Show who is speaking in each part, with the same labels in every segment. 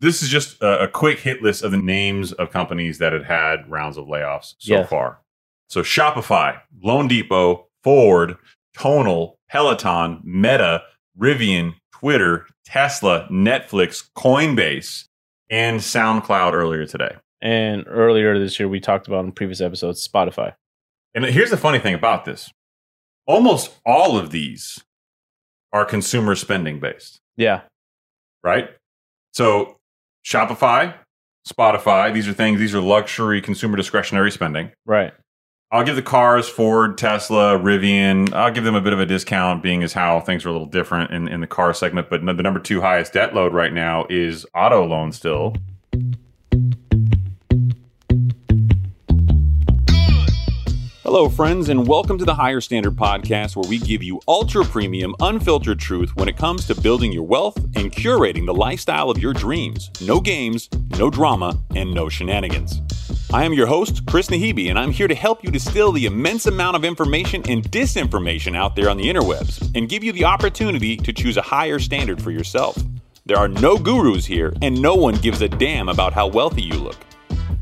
Speaker 1: This is just a, a quick hit list of the names of companies that had had rounds of layoffs so
Speaker 2: Yeah.
Speaker 1: far. So Shopify, Loan Depot, Ford, Tonal, Peloton, Meta, Rivian, Twitter, Tesla, Netflix, Coinbase, and SoundCloud earlier today.
Speaker 2: And earlier this year, we talked about in previous episodes Spotify.
Speaker 1: And here's the funny thing about this almost all of these are consumer spending based,
Speaker 2: Yeah,
Speaker 1: right? So, Shopify, Spotify, these are things, these are luxury consumer discretionary spending.
Speaker 2: right.
Speaker 1: I'll give the cars, Ford, Tesla, Rivian, I'll give them a bit of a discount, being as how things are a little different in, in the car segment. But no- the number two highest debt load right now is auto loan still. Hello, friends, and welcome to the Higher Standard Podcast, where we give you ultra premium, unfiltered truth when it comes to building your wealth and curating the lifestyle of your dreams. No games, no drama, and no shenanigans. I am your host, Chris Nahibi, and I'm here to help you distill the immense amount of information and disinformation out there on the interwebs and give you the opportunity to choose a higher standard for yourself. There are no gurus here, and no one gives a damn about how wealthy you look.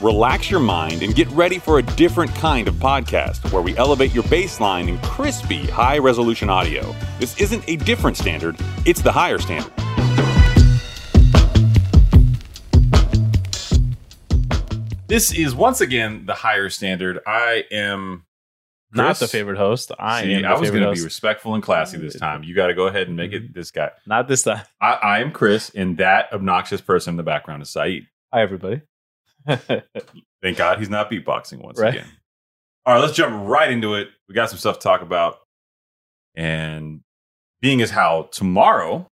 Speaker 1: Relax your mind and get ready for a different kind of podcast where we elevate your baseline in crispy, high resolution audio. This isn't a different standard, it's the higher standard. This is once again the higher standard. I am
Speaker 2: Not
Speaker 1: Chris.
Speaker 2: the favorite host. I
Speaker 1: See,
Speaker 2: am the
Speaker 1: I was
Speaker 2: favorite Mm-hmm.
Speaker 1: going to
Speaker 2: host.
Speaker 1: be respectful and classy this time. You got to go ahead and make it this guy.
Speaker 2: Not this time.
Speaker 1: I, I am Chris, and that obnoxious person in the background is Saeed.
Speaker 2: Hi, everybody.
Speaker 1: Thank God he's not beatboxing once
Speaker 2: Right.
Speaker 1: again. All right, let's jump right into it. We got some stuff to talk about. And being as how tomorrow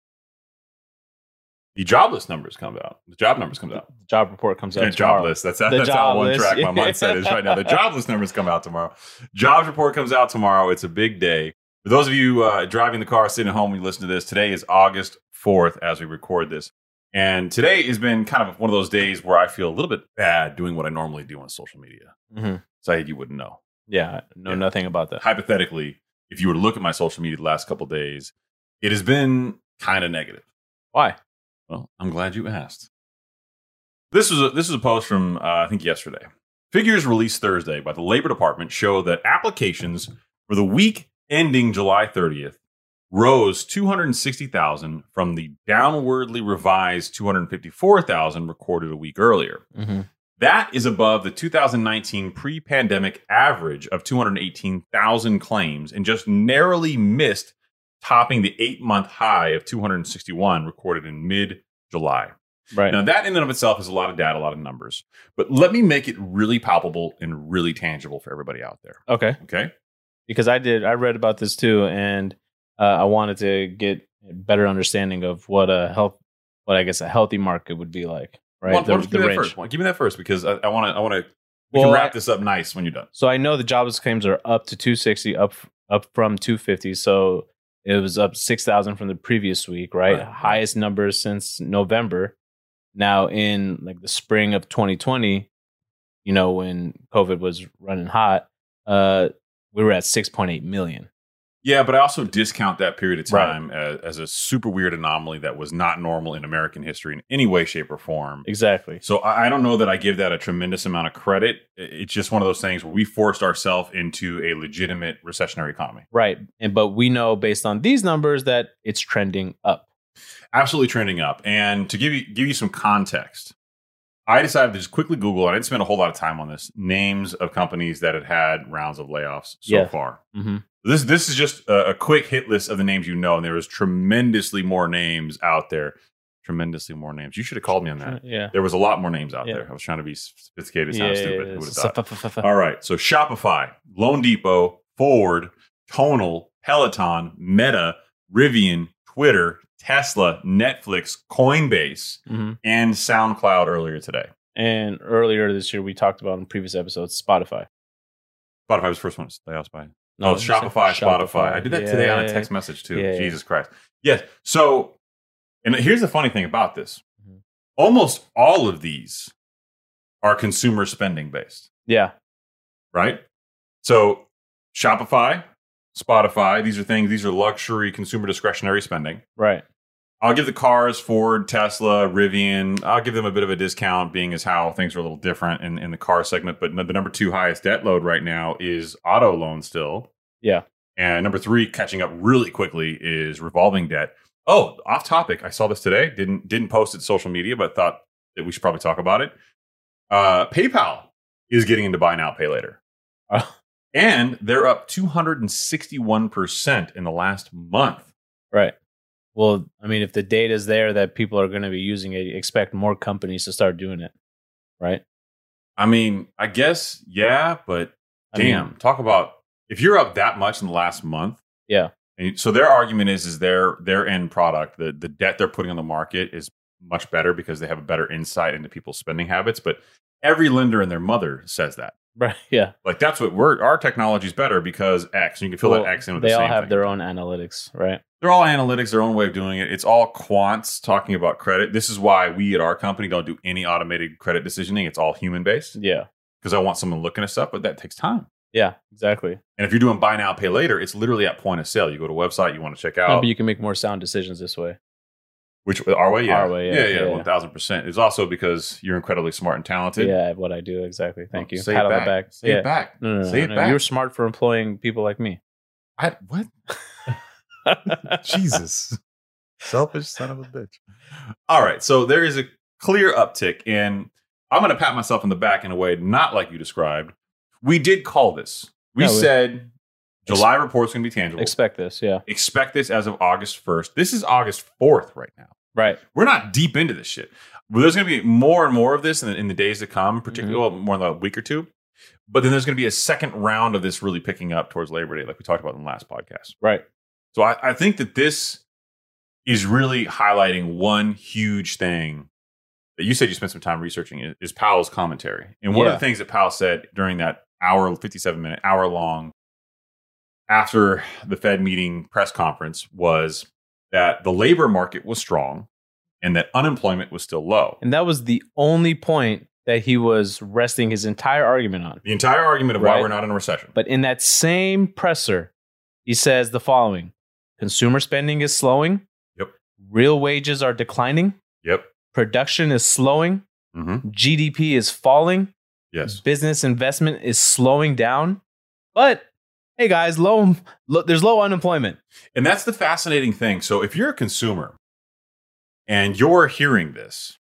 Speaker 1: the jobless numbers come out. The job numbers come out.
Speaker 2: job report comes out.
Speaker 1: Yeah,
Speaker 2: tomorrow.
Speaker 1: jobless. That's that's
Speaker 2: The
Speaker 1: how one
Speaker 2: jobless.
Speaker 1: track my mindset is right now. The jobless numbers come out tomorrow. Jobs report comes out tomorrow. It's a big day. For those of you uh, driving the car, sitting at home, you listen to this. Today is August fourth as we record this, and today has been kind of one of those days where I feel a little bit bad doing what I normally do on social media.
Speaker 2: Mhm.
Speaker 1: Said you wouldn't know.
Speaker 2: Yeah, I know
Speaker 1: Yeah.
Speaker 2: nothing about that.
Speaker 1: Hypothetically, if you were to look at my social media the last couple days, it has been kind of negative.
Speaker 2: Why?
Speaker 1: Well, I'm glad you asked. This was a, this was a post from uh, I think yesterday. Figures released Thursday by the Labor Department show that applications for the week ending July 30th rose 260,000 from the downwardly revised 254,000 recorded a week earlier.
Speaker 2: Mhm.
Speaker 1: That is above the 2019 pre pandemic average of 218,000 claims and just narrowly missed topping the eight month high of 261 recorded in mid July.
Speaker 2: Right.
Speaker 1: Now, that in and of itself is a lot of data, a lot of numbers, but let me make it really palpable and really tangible for everybody out there.
Speaker 2: okay.
Speaker 1: Okay.
Speaker 2: because I did. I read about this too, and uh, I wanted to get a better understanding of what a health, what I guess a healthy market would be like, right?
Speaker 1: Why- why
Speaker 2: The-
Speaker 1: don't you
Speaker 2: the
Speaker 1: give, me that
Speaker 2: range.
Speaker 1: first. Why- give me that first because I want to, I want to, we
Speaker 2: Well,
Speaker 1: can wrap
Speaker 2: I-
Speaker 1: this up nice when you're done.
Speaker 2: So I know the jobless claims are up to 260, up up from 250. So it was up 6,000 from the previous week, right?
Speaker 1: Right.
Speaker 2: Highest number since November. Now in like the spring of 2020, you know, when COVID was running hot, uh, we were at 6.8 million.
Speaker 1: Yeah, but I also discount that period of
Speaker 2: Right.
Speaker 1: time as, as a super weird anomaly that was not normal in American history in any way, shape, or form.
Speaker 2: Exactly.
Speaker 1: So I, I don't know that I give that a tremendous amount of credit. I- It's just one of those things where we forced ourselves into a legitimate recessionary economy.
Speaker 2: Right. And but we know based on these numbers that it's trending up.
Speaker 1: Absolutely trending up. And to give you give you some context, I decided to just quickly Google. I didn't spend a whole lot of time on this. Names of companies that had had rounds of layoffs so
Speaker 2: Yeah.
Speaker 1: far.
Speaker 2: Mhm.
Speaker 1: This this is just a, a quick hit list of the names you know, and there was tremendously more names out there. Tremendously more names. You should have called me on that.
Speaker 2: Yeah.
Speaker 1: There was a lot more names out
Speaker 2: Yeah.
Speaker 1: there. I was trying to be sophisticated, sound stupid. Who would have thought?
Speaker 2: yeah.
Speaker 1: All right. So Shopify, Loan Depot, Ford, Tonal, Peloton, Meta, Rivian, Twitter, Tesla, Netflix, Coinbase,
Speaker 2: Mhm.
Speaker 1: and SoundCloud earlier today.
Speaker 2: and earlier this year we talked about in previous episodes Spotify.
Speaker 1: Spotify was the first one to lay off by.
Speaker 2: No,
Speaker 1: oh, Shopify, Spotify. I did that today on a
Speaker 2: Yeah.
Speaker 1: text message too.
Speaker 2: Yeah.
Speaker 1: Jesus Christ. Yes. So, and here's the funny thing about this
Speaker 2: Mhm.
Speaker 1: almost all of these are consumer spending based,
Speaker 2: Yeah,
Speaker 1: right? So, Shopify, Spotify, these are things, these are luxury consumer discretionary spending.
Speaker 2: right.
Speaker 1: I'll give the cars, Ford, Tesla, Rivian, I'll give them a bit of a discount, being as how things are a little different in, in the car segment. But the number two highest debt load right now is auto loan still.
Speaker 2: Yeah.
Speaker 1: And number three, catching up really quickly, is revolving debt. Oh, off topic. I saw this today. Didn't didn't post it to social media, but thought that we should probably talk about it. Uh, PayPal is getting into buy now, pay later.
Speaker 2: Oh.
Speaker 1: And they're up 261% in the last month.
Speaker 2: Right. Well, I mean, if the data is there that people are going to be using it, you expect more companies to start doing it, right?
Speaker 1: I mean, I guess, yeah, but
Speaker 2: I mean,
Speaker 1: damn, talk about if you're up that much in the last month.
Speaker 2: Yeah.
Speaker 1: And so their argument is is their their end product, the the debt they're putting on the market is much better because they have a better insight into people's spending habits. But every lender and their mother says that.
Speaker 2: right? Yeah.
Speaker 1: Like that's what we're our technology is better because X. And you can fill
Speaker 2: Well,
Speaker 1: that X in with
Speaker 2: they
Speaker 1: the same
Speaker 2: all have
Speaker 1: thing.
Speaker 2: their own analytics, right?
Speaker 1: They're all analytics, their own way of doing it. It's all quants talking about credit. This is why we at our company don't do any automated credit decisioning. It's all human based
Speaker 2: Yeah.
Speaker 1: because I want someone looking at stuff, but that takes time.
Speaker 2: Yeah. Exactly.
Speaker 1: And if you're doing buy now, pay later, it's literally at point of sale. You go to a website, you want to check out,
Speaker 2: Maybe you can make more sound decisions this way.
Speaker 1: which uh, our way, yeah,
Speaker 2: Our way, yeah,
Speaker 1: yeah,
Speaker 2: yeah.
Speaker 1: one thousand percent. It's also because you're incredibly smart and talented.
Speaker 2: yeah. What I do exactly. Thank you.
Speaker 1: Say it
Speaker 2: Pat on
Speaker 1: back.
Speaker 2: the back.
Speaker 1: Say
Speaker 2: yeah.
Speaker 1: it back.
Speaker 2: No, no, no,
Speaker 1: Say it
Speaker 2: no.
Speaker 1: back.
Speaker 2: You're smart for employing people like me.
Speaker 1: I, what? Jesus, selfish son of a bitch. All right, so there is a clear uptick, and I'm going to pat myself on the back in a way not like you described. We did call this. We
Speaker 2: Yeah, we-
Speaker 1: said July report's going to be tangible.
Speaker 2: Expect this. Yeah.
Speaker 1: Expect this as of August 1st. This is August 4th right now.
Speaker 2: Right.
Speaker 1: we're not deep into this shit. Well, there's going to be more and more of this in the, in the days to come, particularly well, more than a week or two. But then there's going to be a second round of this really picking up towards Labor Day, like we talked about in the last podcast.
Speaker 2: Right.
Speaker 1: So I, I think that this is really highlighting one huge thing that you said you spent some time researching is, is Powell's commentary. And one
Speaker 2: Yeah.
Speaker 1: of the things that Powell said during that hour, 57 minute, hour long after the Fed meeting press conference was that the labor market was strong and that unemployment was still low.
Speaker 2: And that was the only point that he was resting his entire argument on.
Speaker 1: The entire argument of why
Speaker 2: Right.
Speaker 1: we're not in a recession.
Speaker 2: But in that same presser, he says the following consumer spending is slowing.
Speaker 1: Yep.
Speaker 2: Real wages are declining.
Speaker 1: yep.
Speaker 2: Production is slowing.
Speaker 1: hmm
Speaker 2: GDP is falling.
Speaker 1: Yes.
Speaker 2: Business investment is slowing down. But hey, guys, low, lo- there's low unemployment.
Speaker 1: And that's the fascinating thing. So if you're a consumer and you're hearing this,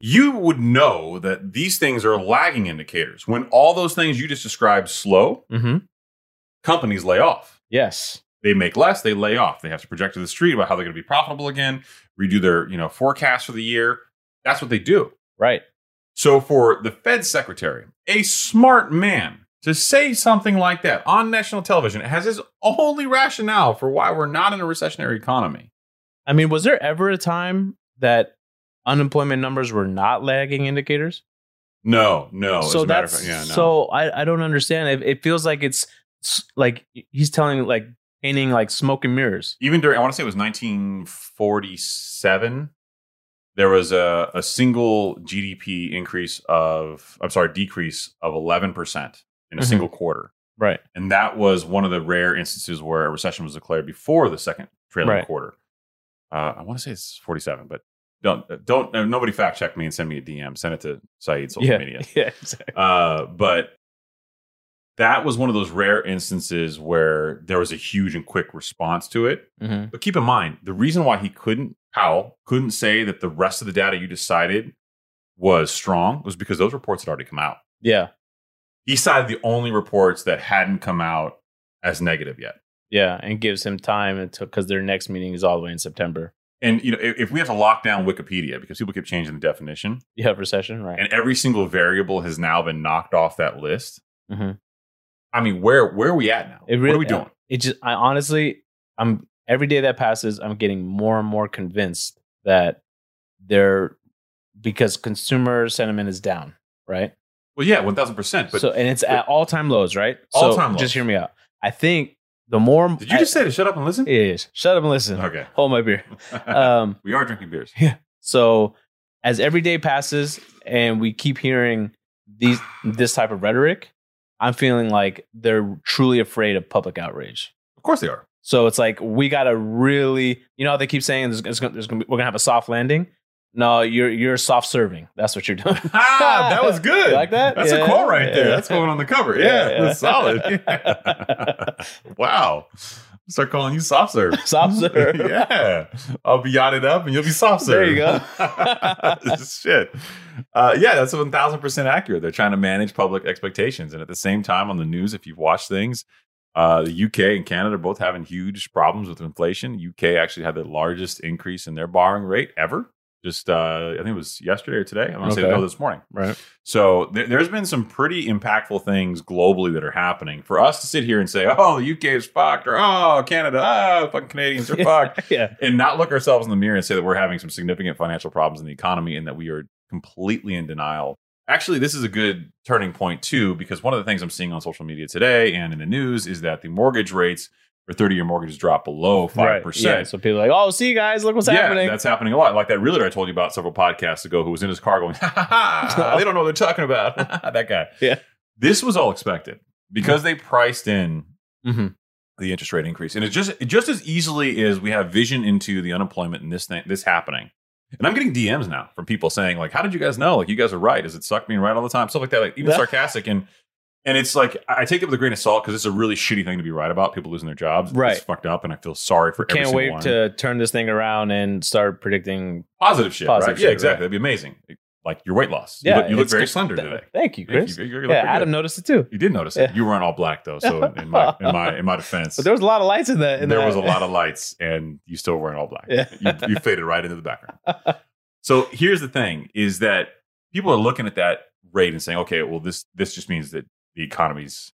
Speaker 1: you would know that these things are lagging indicators. When all those things you just described slow,
Speaker 2: Mm-hmm.
Speaker 1: companies lay off.
Speaker 2: Yes.
Speaker 1: They make less, they lay off. They have to project to the street about how they're going to be profitable again, redo their, you know, forecast for the year. That's what they do.
Speaker 2: Right.
Speaker 1: So for the Fed secretary, a smart man, to say something like that on national television has his only rationale for why we're not in a recessionary economy.
Speaker 2: I mean, was there ever a time that unemployment numbers were not lagging indicators?
Speaker 1: No, no. Oh, as
Speaker 2: so
Speaker 1: a matter
Speaker 2: that's
Speaker 1: of fact, yeah, no.
Speaker 2: so I, I don't understand. It, it feels like it's s- like he's telling like painting like smoke and mirrors.
Speaker 1: even during I want to say it was 1947, there was a, a single GDP increase of I'm sorry, decrease of 11 percent in a
Speaker 2: Mhm.
Speaker 1: single quarter.
Speaker 2: Right.
Speaker 1: And that was one of the rare instances where a recession was declared before the second trailing
Speaker 2: Right.
Speaker 1: quarter. Uh, I want to say it's 47, but don't don't uh, nobody fact check me and send me a DM. Send it to Saeed social
Speaker 2: yeah.
Speaker 1: media.
Speaker 2: Yeah. Exactly.
Speaker 1: Uh, but that was one of those rare instances where there was a huge and quick response to it.
Speaker 2: Mhm.
Speaker 1: But keep in mind, the reason why he couldn't Powell couldn't say that the rest of the data you decided was strong was because those reports had already come out.
Speaker 2: Yeah.
Speaker 1: He cited the only reports that hadn't come out as negative yet.
Speaker 2: Yeah. And gives him time until because their next meeting is all the way in September.
Speaker 1: And you know, if, if we have to lock down Wikipedia because people keep changing the definition,
Speaker 2: You have recession, right?
Speaker 1: and every single variable has now been knocked off that list.
Speaker 2: Mhm.
Speaker 1: I mean, where where are we at now? what
Speaker 2: It
Speaker 1: are
Speaker 2: really- uh,
Speaker 1: we doing?
Speaker 2: it just I honestly I'm every day that passes I'm getting more and more convinced that their because consumer sentiment is down, right?
Speaker 1: Well, yeah, one thousand percent. But
Speaker 2: so and it's at all time lows, right?
Speaker 1: All-time
Speaker 2: so
Speaker 1: lows.
Speaker 2: Just hear me out. I think the more
Speaker 1: did you just say to shut up and listen?
Speaker 2: I, Yeah, yeah, yeah. shut up and listen?
Speaker 1: Okay,
Speaker 2: Hold my beer. Um,
Speaker 1: we are drinking beers.
Speaker 2: so as every day passes and we keep hearing these this type of rhetoric, I'm feeling like they're truly afraid of public outrage.
Speaker 1: Of course they are.
Speaker 2: So it's like we gotta really, you know, how they keep saying there's, there's, gonna, there's gonna be, we're gonna have a soft landing. No, you're you're soft serving. That's what you're doing.
Speaker 1: Ah, that was good.
Speaker 2: You like that?
Speaker 1: That's
Speaker 2: Yeah,
Speaker 1: a quote right there.
Speaker 2: yeah.
Speaker 1: That's going on the cover. Yeah,
Speaker 2: Yeah, yeah.
Speaker 1: that's solid. wow. Start calling you soft serve.
Speaker 2: Soft serve.
Speaker 1: yeah. I'll be yachted up and you'll be soft
Speaker 2: There
Speaker 1: serve.
Speaker 2: you go.
Speaker 1: Shit. Uh, yeah, that's 1000% accurate. They're trying to manage public expectations. And at the same time, on the news, if you've watched things, uh, the UK and Canada are both having huge problems with inflation. UK actually had the largest increase in their borrowing rate ever. Just, uh, I think it was yesterday or today. I'm going to say
Speaker 2: Okay.
Speaker 1: no this morning.
Speaker 2: Right.
Speaker 1: So there, there's been some pretty impactful things globally that are happening. For us to sit here and say, "Oh, the UK is fucked," or "Oh, Canada, oh, fucking Canadians are fucked,"
Speaker 2: Yeah.
Speaker 1: and not look ourselves in the mirror and say that we're having some significant financial problems in the economy and that we are completely in denial. Actually, this is a good turning point too, because one of the things I'm seeing on social media today and in the news is that the mortgage rates for 30-year mortgages drop below five
Speaker 2: Right. Yeah.
Speaker 1: percent
Speaker 2: So people are like, oh, see, guys, look what's happening.
Speaker 1: that's happening a lot. Like that realtor I told you about several podcasts ago who was in his car going, ha, ha, ha, they don't know what they're talking about. that guy.
Speaker 2: Yeah. Mm-hmm.
Speaker 1: This was all expected because they priced in
Speaker 2: Mhm.
Speaker 1: the interest rate increase. And it's just it just as easily as we have vision into the unemployment and this thing this happening. And I'm getting DMs now from people saying, like, how did you guys know? Like you guys are right. Does it suck being right all the time? Stuff like that. Like even sarcastic and and it's like I I take it with a grain of salt because it's a really shitty thing to be right about. People losing their jobs.
Speaker 2: Right.
Speaker 1: It's fucked up and I feel sorry for every
Speaker 2: Can't
Speaker 1: single
Speaker 2: wait
Speaker 1: one
Speaker 2: to turn this thing around and start predicting.
Speaker 1: positive shit,
Speaker 2: Positive
Speaker 1: right?
Speaker 2: shit,
Speaker 1: yeah, exactly.
Speaker 2: right.
Speaker 1: That'd be amazing. Like your weight loss.
Speaker 2: Yeah,
Speaker 1: you look, you look
Speaker 2: it's
Speaker 1: very
Speaker 2: good-
Speaker 1: slender
Speaker 2: Th-
Speaker 1: today.
Speaker 2: Thank you, Chris.
Speaker 1: You, you look
Speaker 2: yeah,
Speaker 1: pretty
Speaker 2: Adam
Speaker 1: good.
Speaker 2: noticed it too.
Speaker 1: You did notice it.
Speaker 2: Yeah.
Speaker 1: You were on all black though, so in my in my in my defense,
Speaker 2: But there was a lot of lights in that. In
Speaker 1: there
Speaker 2: that.
Speaker 1: was a lot of lights, and you still weren't all black.
Speaker 2: Yeah.
Speaker 1: You, you faded right into the background. So here's the thing: is that people are looking at that rate and saying, "Okay, well this this just means that the economy's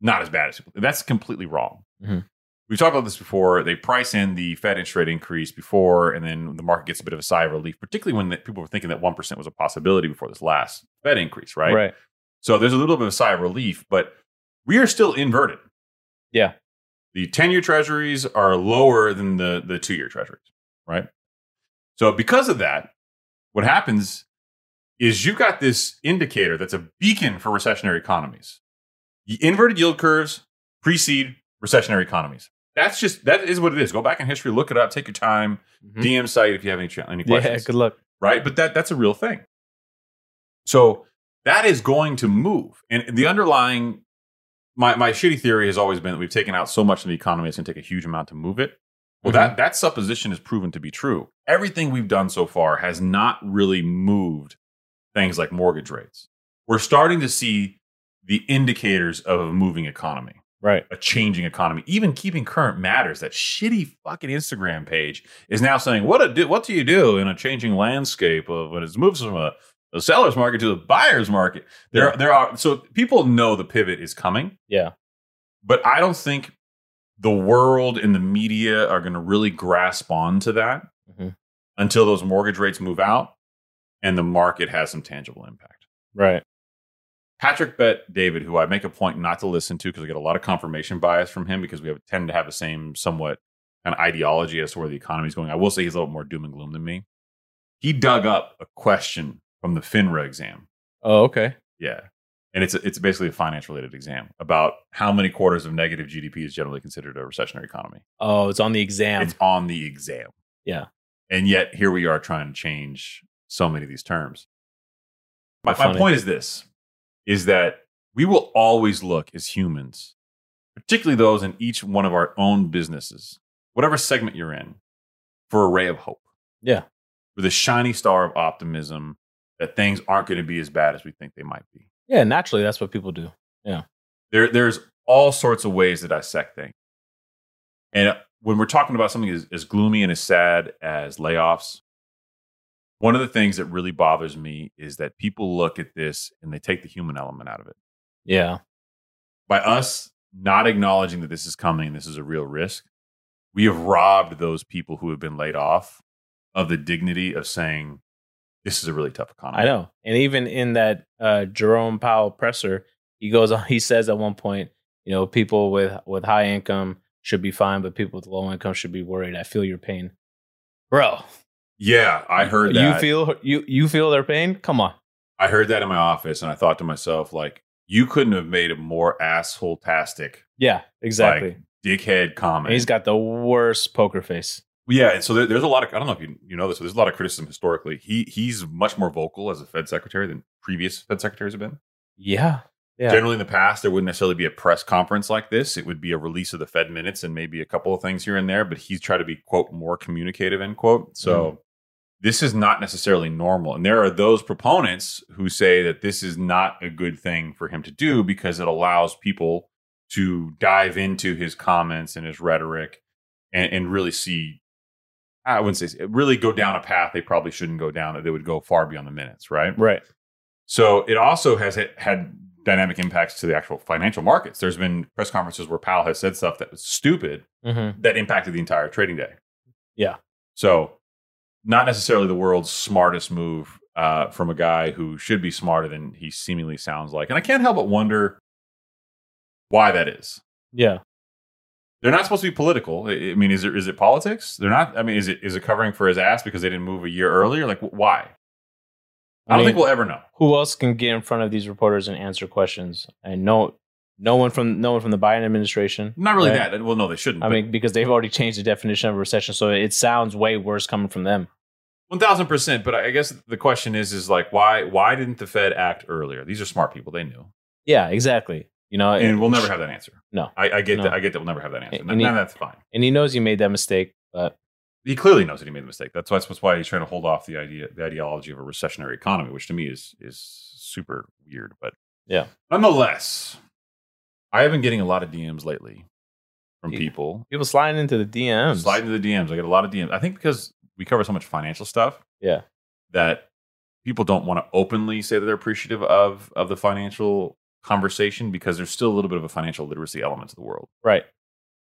Speaker 1: not as bad as people." That's completely wrong.
Speaker 2: Mhm.
Speaker 1: We've talked about this before. They price in the Fed interest rate increase before, and then the market gets a bit of a sigh of relief, particularly when the, people were thinking that one percent was a possibility before this last Fed increase, right?
Speaker 2: right.
Speaker 1: So there's a little bit of a sigh of relief, but we are still inverted.
Speaker 2: Yeah.
Speaker 1: The 10 year treasuries are lower than the, the two year treasuries, right? So because of that, what happens is you've got this indicator that's a beacon for recessionary economies. The inverted yield curves precede recessionary economies. That's just, that is what it is. Go back in history, look it up, take your time,
Speaker 2: Mhm.
Speaker 1: DM site if you have any, cha- any
Speaker 2: Yeah.
Speaker 1: questions
Speaker 2: Good luck.
Speaker 1: right? But that that's a real thing. So that is going to move, and the underlying my my shitty theory has always been that we've taken out so much of the economy, it's going to take a huge amount to move it. Well, that that supposition is proven to be true. Everything we've done so far has not really moved things like mortgage rates. We're starting to see the indicators of a moving economy
Speaker 2: Right.
Speaker 1: a changing economy. Even keeping current matters. That shitty fucking Instagram page is now saying, "What a do, what do you do in a changing landscape of when it moves from a, a seller's market to the buyer's market?" There,
Speaker 2: Yeah.
Speaker 1: there are so people know the pivot is coming,
Speaker 2: Yeah.
Speaker 1: but I don't think the world and the media are going to really grasp on to that
Speaker 2: Mhm.
Speaker 1: until those mortgage rates move out and the market has some tangible impact.
Speaker 2: Right.
Speaker 1: Patrick Bet David, who I make a point not to listen to because I get a lot of confirmation bias from him because we have, tend to have the same somewhat kind of ideology as to where the economy is going. I will say he's a little more doom and gloom than me. He dug up a question from the FINRA exam.
Speaker 2: Oh, okay.
Speaker 1: Yeah. And it's, it's basically a finance related exam about how many quarters of negative GDP is generally considered a recessionary economy.
Speaker 2: Oh, it's on the exam.
Speaker 1: It's on the exam.
Speaker 2: Yeah.
Speaker 1: And yet here we are trying to change so many of these terms. My, my
Speaker 2: Funny.
Speaker 1: point is this is that we will always look as humans, particularly those in each one of our own businesses, whatever segment you're in, for a ray of hope.
Speaker 2: Yeah.
Speaker 1: For the shiny star of optimism that things aren't going to be as bad as we think they might be.
Speaker 2: yeah. Naturally, that's what people do.
Speaker 1: There, there's all sorts of ways to dissect things. And when we're talking about something as, as gloomy and as sad as layoffs, one of the things that really bothers me is that people look at this and they take the human element out of it.
Speaker 2: Yeah.
Speaker 1: By us not acknowledging that this is coming, this is a real risk, we have robbed those people who have been laid off of the dignity of saying, This is a really tough economy.
Speaker 2: I know. And even in that uh, Jerome Powell presser, he goes on. He says at one point, you know, people with with high income should be fine, but people with low income should be worried. I feel your pain, bro.
Speaker 1: Yeah, I heard
Speaker 2: You
Speaker 1: that.
Speaker 2: feel you you feel their pain. Come on.
Speaker 1: I heard that in my office, and I thought to myself, like, you couldn't have made a more asshole tastic
Speaker 2: Yeah, exactly.
Speaker 1: dickhead comment.
Speaker 2: and he's got the worst poker face.
Speaker 1: Yeah, and so there, there's a lot of I don't know if you you know this, but there's a lot of criticism historically. He he's much more vocal as a Fed secretary than previous Fed secretaries have been.
Speaker 2: Yeah, yeah.
Speaker 1: Generally, in the past, there wouldn't necessarily be a press conference like this. It would be a release of the Fed minutes and maybe a couple of things here and there. But he's tried to be quote more communicative end quote. So this is not necessarily normal, and there are those proponents who say that this is not a good thing for him to do because it allows people to dive into his comments and his rhetoric and, and really see i wouldn't say really go down a path they probably shouldn't go down that they would go far beyond the minutes right
Speaker 2: right.
Speaker 1: so it also has had- had dynamic impacts to the actual financial markets there's been press conferences where powell has said stuff that was stupid
Speaker 2: Mm-hmm.
Speaker 1: that impacted the entire trading day
Speaker 2: Yeah.
Speaker 1: so not necessarily the world's smartest move uh, from a guy who should be smarter than he seemingly sounds like and i can't help but wonder why that is
Speaker 2: Yeah.
Speaker 1: they're not supposed to be political. I I mean, is it is it politics? They're not. I mean, is it is it covering for his ass because they didn't move a year earlier? Like, wh- why? I, don't
Speaker 2: mean,
Speaker 1: think we'll ever know.
Speaker 2: who else can get in front of these reporters and answer questions? And no, no one from no one from the Biden administration.
Speaker 1: Not really
Speaker 2: right?
Speaker 1: that. Well, no, they shouldn't.
Speaker 2: I mean, because they've already changed the definition of recession, so it sounds way worse coming from them.
Speaker 1: one thousand percent. But I I guess the question is, is like, why why didn't the Fed act earlier? These are smart people. They knew,
Speaker 2: Yeah, exactly. You know,
Speaker 1: and we'll never have that answer.
Speaker 2: Uh, No.
Speaker 1: I, I get
Speaker 2: No.
Speaker 1: that. I get that. We'll never have that answer.
Speaker 2: And
Speaker 1: And,
Speaker 2: he-
Speaker 1: that's fine.
Speaker 2: and he knows he made that mistake, but
Speaker 1: He clearly knows that he made a mistake. That's why that's why he's trying to hold off the idea the ideology of a recessionary economy, which to me is is super weird. But
Speaker 2: Yeah.
Speaker 1: nonetheless, I have been getting a lot of DMs lately from
Speaker 2: Yeah.
Speaker 1: people
Speaker 2: people sliding into the DMs.
Speaker 1: Slide into the DMs. I get a lot of DMs. I think because we cover so much financial stuff,
Speaker 2: Yeah.
Speaker 1: that people don't want to openly say that they're appreciative of of the financial conversation because there's still a little bit of a financial literacy element to the world.
Speaker 2: Right.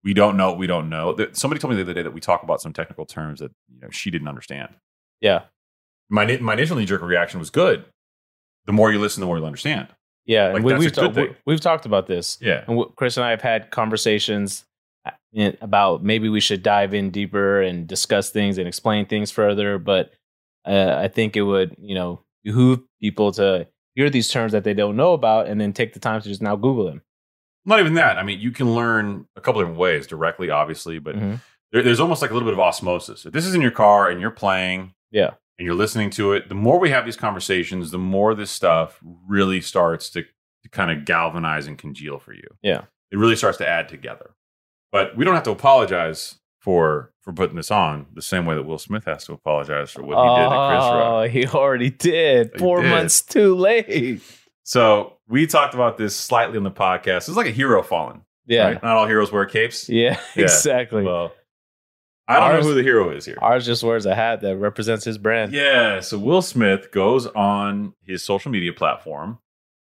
Speaker 1: We don't know. We don't know. There- Somebody told me the other day that we talk about some technical terms that you know she didn't understand.
Speaker 2: Yeah.
Speaker 1: My ni- my initial knee jerk reaction was good. The more you listen, the more you'll understand.
Speaker 2: Yeah.
Speaker 1: Like,
Speaker 2: we,
Speaker 1: that's
Speaker 2: we've,
Speaker 1: a
Speaker 2: ta-
Speaker 1: good thing.
Speaker 2: we, we've talked about this.
Speaker 1: Yeah.
Speaker 2: And w- Chris and I have had conversations uh, in- about maybe we should dive in deeper and discuss things and explain things further. But uh, I think it would, you know, behoove people to hear these terms that they don't know about and then take the time to just now Google them.
Speaker 1: Not even that. I mean, you can learn a couple different ways directly, obviously, but
Speaker 2: Mhm.
Speaker 1: there, there's almost like a little bit of osmosis. If this is in your car and you're playing,
Speaker 2: Yeah.
Speaker 1: and you're listening to it, the more we have these conversations, the more this stuff really starts to, to kind of galvanize and congeal for you.
Speaker 2: Yeah.
Speaker 1: it really starts to add together. But we don't have to apologize for for putting this on the same way that Will Smith has to apologize for what he did to Chris Rock.
Speaker 2: oh, he already did.
Speaker 1: He
Speaker 2: Four
Speaker 1: did.
Speaker 2: months too late.
Speaker 1: So we talked about this slightly on the podcast. It's like a hero fallen.
Speaker 2: Yeah.
Speaker 1: right? not all heroes wear capes.
Speaker 2: Yeah,
Speaker 1: Yeah.
Speaker 2: exactly.
Speaker 1: Well, I don't
Speaker 2: Ours-
Speaker 1: know who the hero is here.
Speaker 2: Ours just wears a hat that represents his brand.
Speaker 1: Yeah. So Will Smith goes on his social media platform,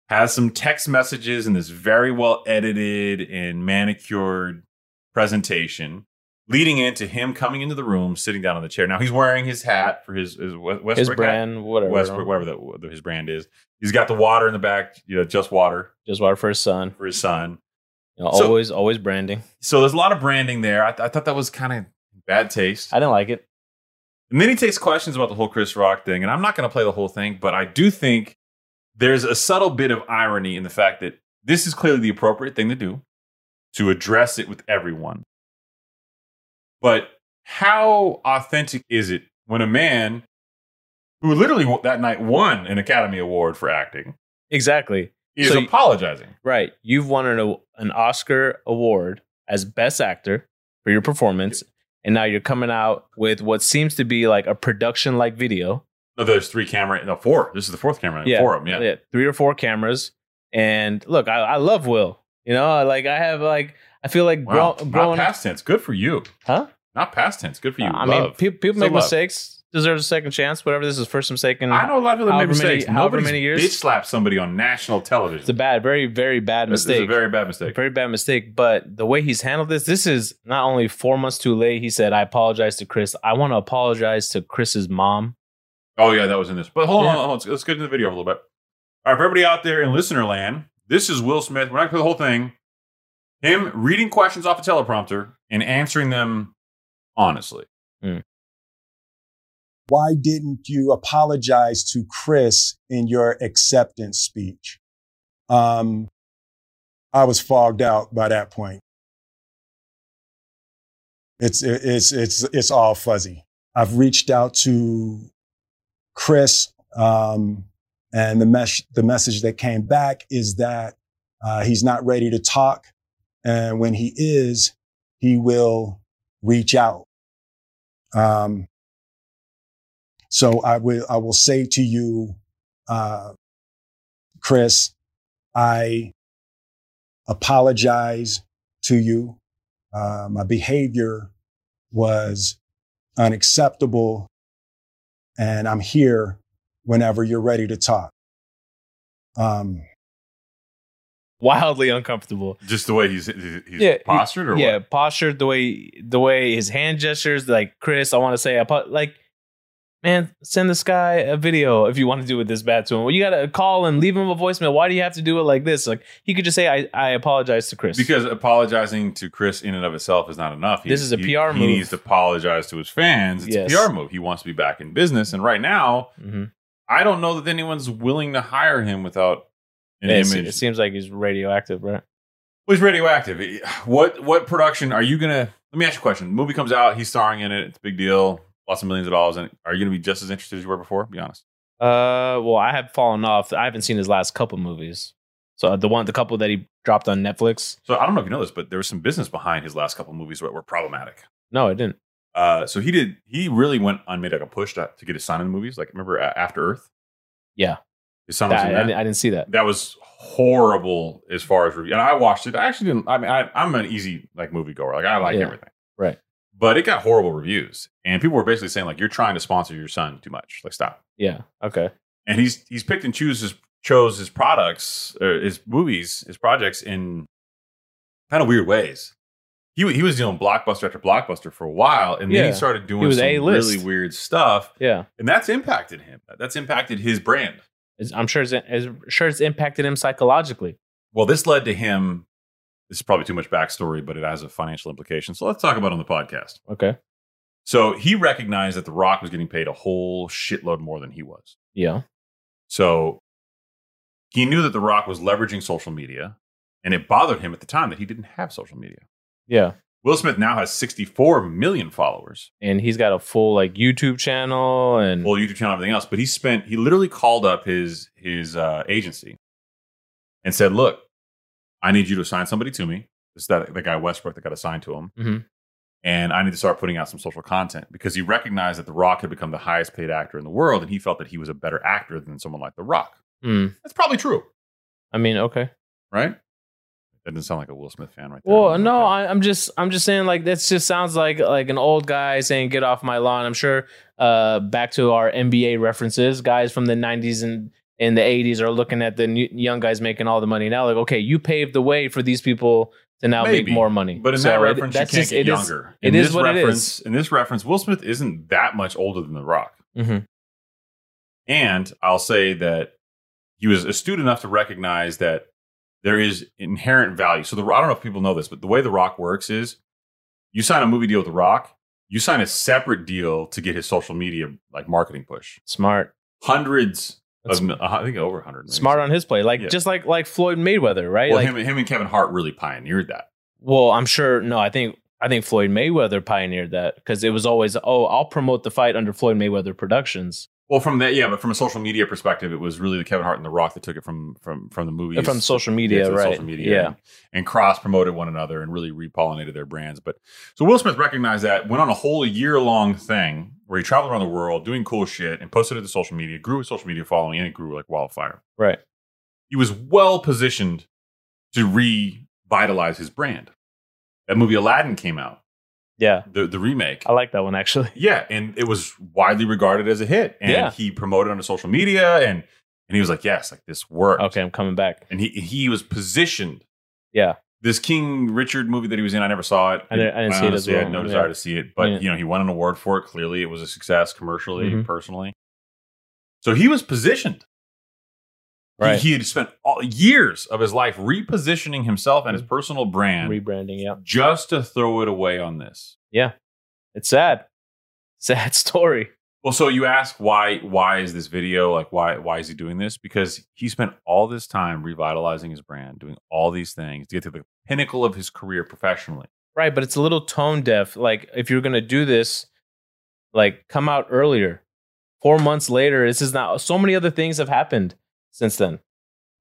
Speaker 1: has some text messages in this very well edited and manicured presentation, leading into him coming into the room, sitting down on the chair. Now he's wearing his hat for his, his West- Westbrook
Speaker 2: his
Speaker 1: hat.
Speaker 2: brand, whatever.
Speaker 1: Westbrook, whatever that, what his brand is. He's got the water in the back, you know, just water
Speaker 2: Just water for his son.
Speaker 1: for his son.
Speaker 2: You know,
Speaker 1: So-
Speaker 2: always, always branding.
Speaker 1: So there's a lot of branding there. I, th- I thought that was kind of bad taste.
Speaker 2: I didn't like it.
Speaker 1: And then he takes questions about the whole Chris Rock thing. And I'm not going to play the whole thing, but I do think there's a subtle bit of irony in the fact that this is clearly the appropriate thing to do to address it with everyone. But how authentic is it when a man who literally wa- that night won an Academy Award for acting
Speaker 2: Exactly.
Speaker 1: is
Speaker 2: So you-
Speaker 1: apologizing?
Speaker 2: Right. You've won an, an Oscar award as best actor for your performance. And now you're coming out with what seems to be like a production like video.
Speaker 1: No, Oh, there's three camera, no, four. This is the fourth camera,
Speaker 2: Yeah.
Speaker 1: four of them, yeah.
Speaker 2: Three or four cameras. And look, I, I love Will. You know, I like I have like, I feel like
Speaker 1: Wow.
Speaker 2: grow-
Speaker 1: Not
Speaker 2: growing up.
Speaker 1: past tense. Good for you.
Speaker 2: Huh?
Speaker 1: Not past tense. Good for you.
Speaker 2: I mean,
Speaker 1: Love.
Speaker 2: pe- people
Speaker 1: Still
Speaker 2: make
Speaker 1: love.
Speaker 2: mistakes, deserve a second chance, whatever this is, first mistaken.
Speaker 1: I know a lot of people that make
Speaker 2: However many-
Speaker 1: mistakes.
Speaker 2: however
Speaker 1: Nobody's
Speaker 2: many years.
Speaker 1: bitch slapped somebody on national television.
Speaker 2: It's a bad, very, very bad
Speaker 1: This is
Speaker 2: mistake.
Speaker 1: a very bad mistake.
Speaker 2: Very bad mistake. But the way he's handled this, this is not only four months too late. He said, I apologize to Chris. I want to apologize to Chris's mom
Speaker 1: Oh yeah, that was in this. But hold on,
Speaker 2: Yeah.
Speaker 1: hold on, let's, let's get to the video for a little bit. All right, for everybody out there in listener land, this is Will Smith. We're not going to play the whole thing. Him reading questions off a teleprompter and answering them honestly.
Speaker 3: why didn't you apologize to Chris in your acceptance speech? Um, I was fogged out by that point. It's it's it's it's all fuzzy. I've reached out to Chris, um, and the mesh the message that came back is that uh, he's not ready to talk, and when he is, he will reach out. Um, so I will I will say to you, uh, Chris, I apologize to you. Uh, my behavior was unacceptable, and I'm here whenever you're ready to talk. Um,
Speaker 2: Wildly uncomfortable.
Speaker 1: Just the way he's he's he's
Speaker 2: Yeah,
Speaker 1: postured, or
Speaker 2: yeah,
Speaker 1: what?
Speaker 2: postured the way the way his hand gestures. Like Chris, I want to say, I po- like, man, send this guy a video if you want to do it this bad to him. Well, you gotta call and leave him a voicemail. Why do you have to do it like this? Like he could just say, I, I apologize to Chris.
Speaker 1: Because apologizing to Chris in and of itself is not enough.
Speaker 2: This is a PR
Speaker 1: he
Speaker 2: move.
Speaker 1: He needs to apologize to his fans. It's
Speaker 2: Yes.
Speaker 1: a PR move. He wants to be back in business, and right now,
Speaker 2: Mhm.
Speaker 1: I don't know that anyone's willing to hire him without an
Speaker 2: It's-
Speaker 1: image.
Speaker 2: it seems like he's radioactive, right?
Speaker 1: Well, he's radioactive. What what production are you gonna? Let me ask you a question. The movie comes out. He's starring in it. It's a big deal. Lots of millions of dollars. And are you gonna be just as interested as you were before? Be honest.
Speaker 2: Uh, well, I have fallen off. I haven't seen his last couple movies. So uh, the one, the couple that he dropped on Netflix.
Speaker 1: So I don't know if you know this, but there was some business behind his last couple movies that were problematic.
Speaker 2: No, I didn't.
Speaker 1: Uh, so he did. He really went on made like a push to, to get his son in the movies. Like remember uh, After Earth?
Speaker 2: Yeah.
Speaker 1: his son was in
Speaker 2: I, I
Speaker 1: that.
Speaker 2: didn't- I didn't see that.
Speaker 1: that was horrible as far as review. And I watched it. I actually didn't. I mean, I, I'm an easy like movie goer. Like I like
Speaker 2: Yeah.
Speaker 1: everything.
Speaker 2: Right.
Speaker 1: But it got horrible reviews, and people were basically saying like, "You're trying to sponsor your son too much. Like stop."
Speaker 2: Yeah. Okay.
Speaker 1: And he's he's picked and chooses chose his products, or his movies, his projects in kind of weird ways. He wa- he was doing blockbuster after blockbuster for a while, and then
Speaker 2: Yeah.
Speaker 1: he started doing
Speaker 2: He was
Speaker 1: some
Speaker 2: A-list.
Speaker 1: really weird stuff,
Speaker 2: Yeah.
Speaker 1: and that's impacted him. That's impacted his brand.
Speaker 2: It's- I'm sure it's, it's sure it's impacted him psychologically.
Speaker 1: Well, this led to him. This is probably too much backstory, but it has a financial implication. So let's talk about it on the podcast.
Speaker 2: Okay.
Speaker 1: So he recognized that The Rock was getting paid a whole shitload more than he was.
Speaker 2: Yeah.
Speaker 1: So he knew that The Rock was leveraging social media, and it bothered him at the time that he didn't have social media.
Speaker 2: Yeah.
Speaker 1: Will Smith now has 64 million followers,
Speaker 2: And he's got a full like YouTube channel and
Speaker 1: well, YouTube channel, everything else. But he spent, he literally called up his his uh, agency and said, "Look, I need you to assign somebody to me. This is that the guy Westbrook that got assigned to him."
Speaker 2: Mhm.
Speaker 1: and I need to start putting out some social content because he recognized that The Rock had become the highest paid actor in the world, and he felt that he was a better actor than someone like The Rock.
Speaker 2: Hmm.
Speaker 1: That's probably true,
Speaker 2: I mean, okay.
Speaker 1: right? That doesn't sound like a Will Smith fan, right there.
Speaker 2: Well, no,
Speaker 1: Okay.
Speaker 2: I, I'm just I'm just saying like that just sounds like like an old guy saying get off my lawn. I'm sure uh back to our NBA references, guys from the 90s and in the 80s are looking at the new, young guys making all the money now like okay, you paved the way for these people to now
Speaker 1: Maybe.
Speaker 2: make more money.
Speaker 1: but in
Speaker 2: So
Speaker 1: that
Speaker 2: it-
Speaker 1: reference, you
Speaker 2: that's
Speaker 1: can't
Speaker 2: just-
Speaker 1: get
Speaker 2: it is-
Speaker 1: younger.
Speaker 2: it
Speaker 1: in
Speaker 2: is
Speaker 1: this
Speaker 2: what it
Speaker 1: reference,
Speaker 2: is.
Speaker 1: In this reference, Will Smith isn't that much older than The Rock,
Speaker 2: Mhm.
Speaker 1: and I'll say that he was astute enough to recognize that there is inherent value. So the I don't know if people know this, but the way The Rock works is you sign a movie deal with The Rock, you sign a separate deal to get his social media like marketing push.
Speaker 2: smart.
Speaker 1: Hundreds
Speaker 2: That's
Speaker 1: of mil- I think over 100. maybe.
Speaker 2: smart on his play. Like
Speaker 1: Yeah.
Speaker 2: just like like Floyd Mayweather, right?
Speaker 1: Well,
Speaker 2: like
Speaker 1: him, him and Kevin Hart really pioneered that.
Speaker 2: Well, I'm sure. No, I think I think Floyd Mayweather pioneered that because it was always, oh, I'll promote the fight under Floyd Mayweather Productions
Speaker 1: Well, from that, yeah, but from a social media perspective, it was really the Kevin Hart and The Rock that took it from from from the movies
Speaker 2: from social media,
Speaker 1: to the
Speaker 2: right?
Speaker 1: Social media, and, cross promoted one another and really repollinated their brands. But so Will Smith recognized that, went on a whole year long thing where he traveled around the world doing cool shit and posted it to social media, grew his social media following, and it grew like wildfire.
Speaker 2: yeah, right.
Speaker 1: He was well positioned to revitalize his brand. That movie Aladdin came out,
Speaker 2: Yeah,
Speaker 1: the the remake.
Speaker 2: I like that one actually.
Speaker 1: Yeah, and it was widely regarded as a hit. And
Speaker 2: Yeah.
Speaker 1: he promoted on social media and and he was like, Yes, like this worked.
Speaker 2: Okay, I'm coming back.
Speaker 1: And he he was positioned.
Speaker 2: Yeah.
Speaker 1: This King Richard movie that he was in, I never saw it.
Speaker 2: I didn't- I didn't see it as
Speaker 1: honestly had
Speaker 2: well,
Speaker 1: no
Speaker 2: yeah.
Speaker 1: desire to see it. But
Speaker 2: Yeah.
Speaker 1: you know, he won an award for it. Clearly it was a success commercially,
Speaker 2: Mhm.
Speaker 1: personally. So he was positioned. He-
Speaker 2: Right.
Speaker 1: He, had spent all, years of his life repositioning himself and
Speaker 2: Mm-hmm.
Speaker 1: his personal brand
Speaker 2: Rebranding. Yeah.
Speaker 1: just to throw it away on this.
Speaker 2: It's sad. Sad story.
Speaker 1: Well, so you ask why why is this video like why why is he doing this? Because he spent all this time revitalizing his brand, doing all these things to get to the pinnacle of his career professionally.
Speaker 2: Right. But it's a little tone deaf. Like, if you're going to do this, like, come out earlier. Four months later, this is not, so many other things have happened since then.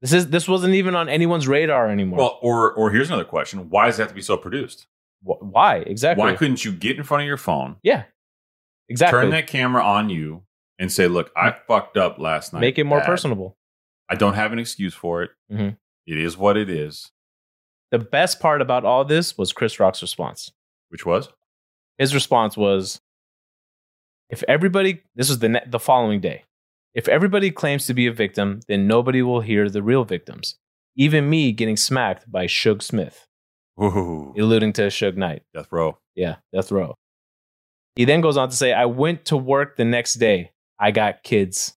Speaker 2: This is, this wasn't even on anyone's radar anymore.
Speaker 1: Well, or or here's another question: Why does it have to be so produced?
Speaker 2: Wh- why? Exactly.
Speaker 1: Why couldn't you get in front of your phone,
Speaker 2: yeah. Exactly. Hmm.
Speaker 1: turn that camera on you, and say, "Look, I fucked up last night.
Speaker 2: Make it more
Speaker 1: bad.
Speaker 2: personable.
Speaker 1: I don't have an excuse for it.
Speaker 2: Mhm.
Speaker 1: It is what it is."
Speaker 2: The best part about all this was Chris Rock's response.
Speaker 1: Which was
Speaker 2: his response was if everybody this was the ne- the following day if everybody claims to be a victim then nobody will hear the real victims even me getting smacked by Suge Smith
Speaker 1: Ooh,
Speaker 2: alluding to Suge Knight
Speaker 1: death row.
Speaker 2: yeah death row he then goes on to say i went to work the next day i got kids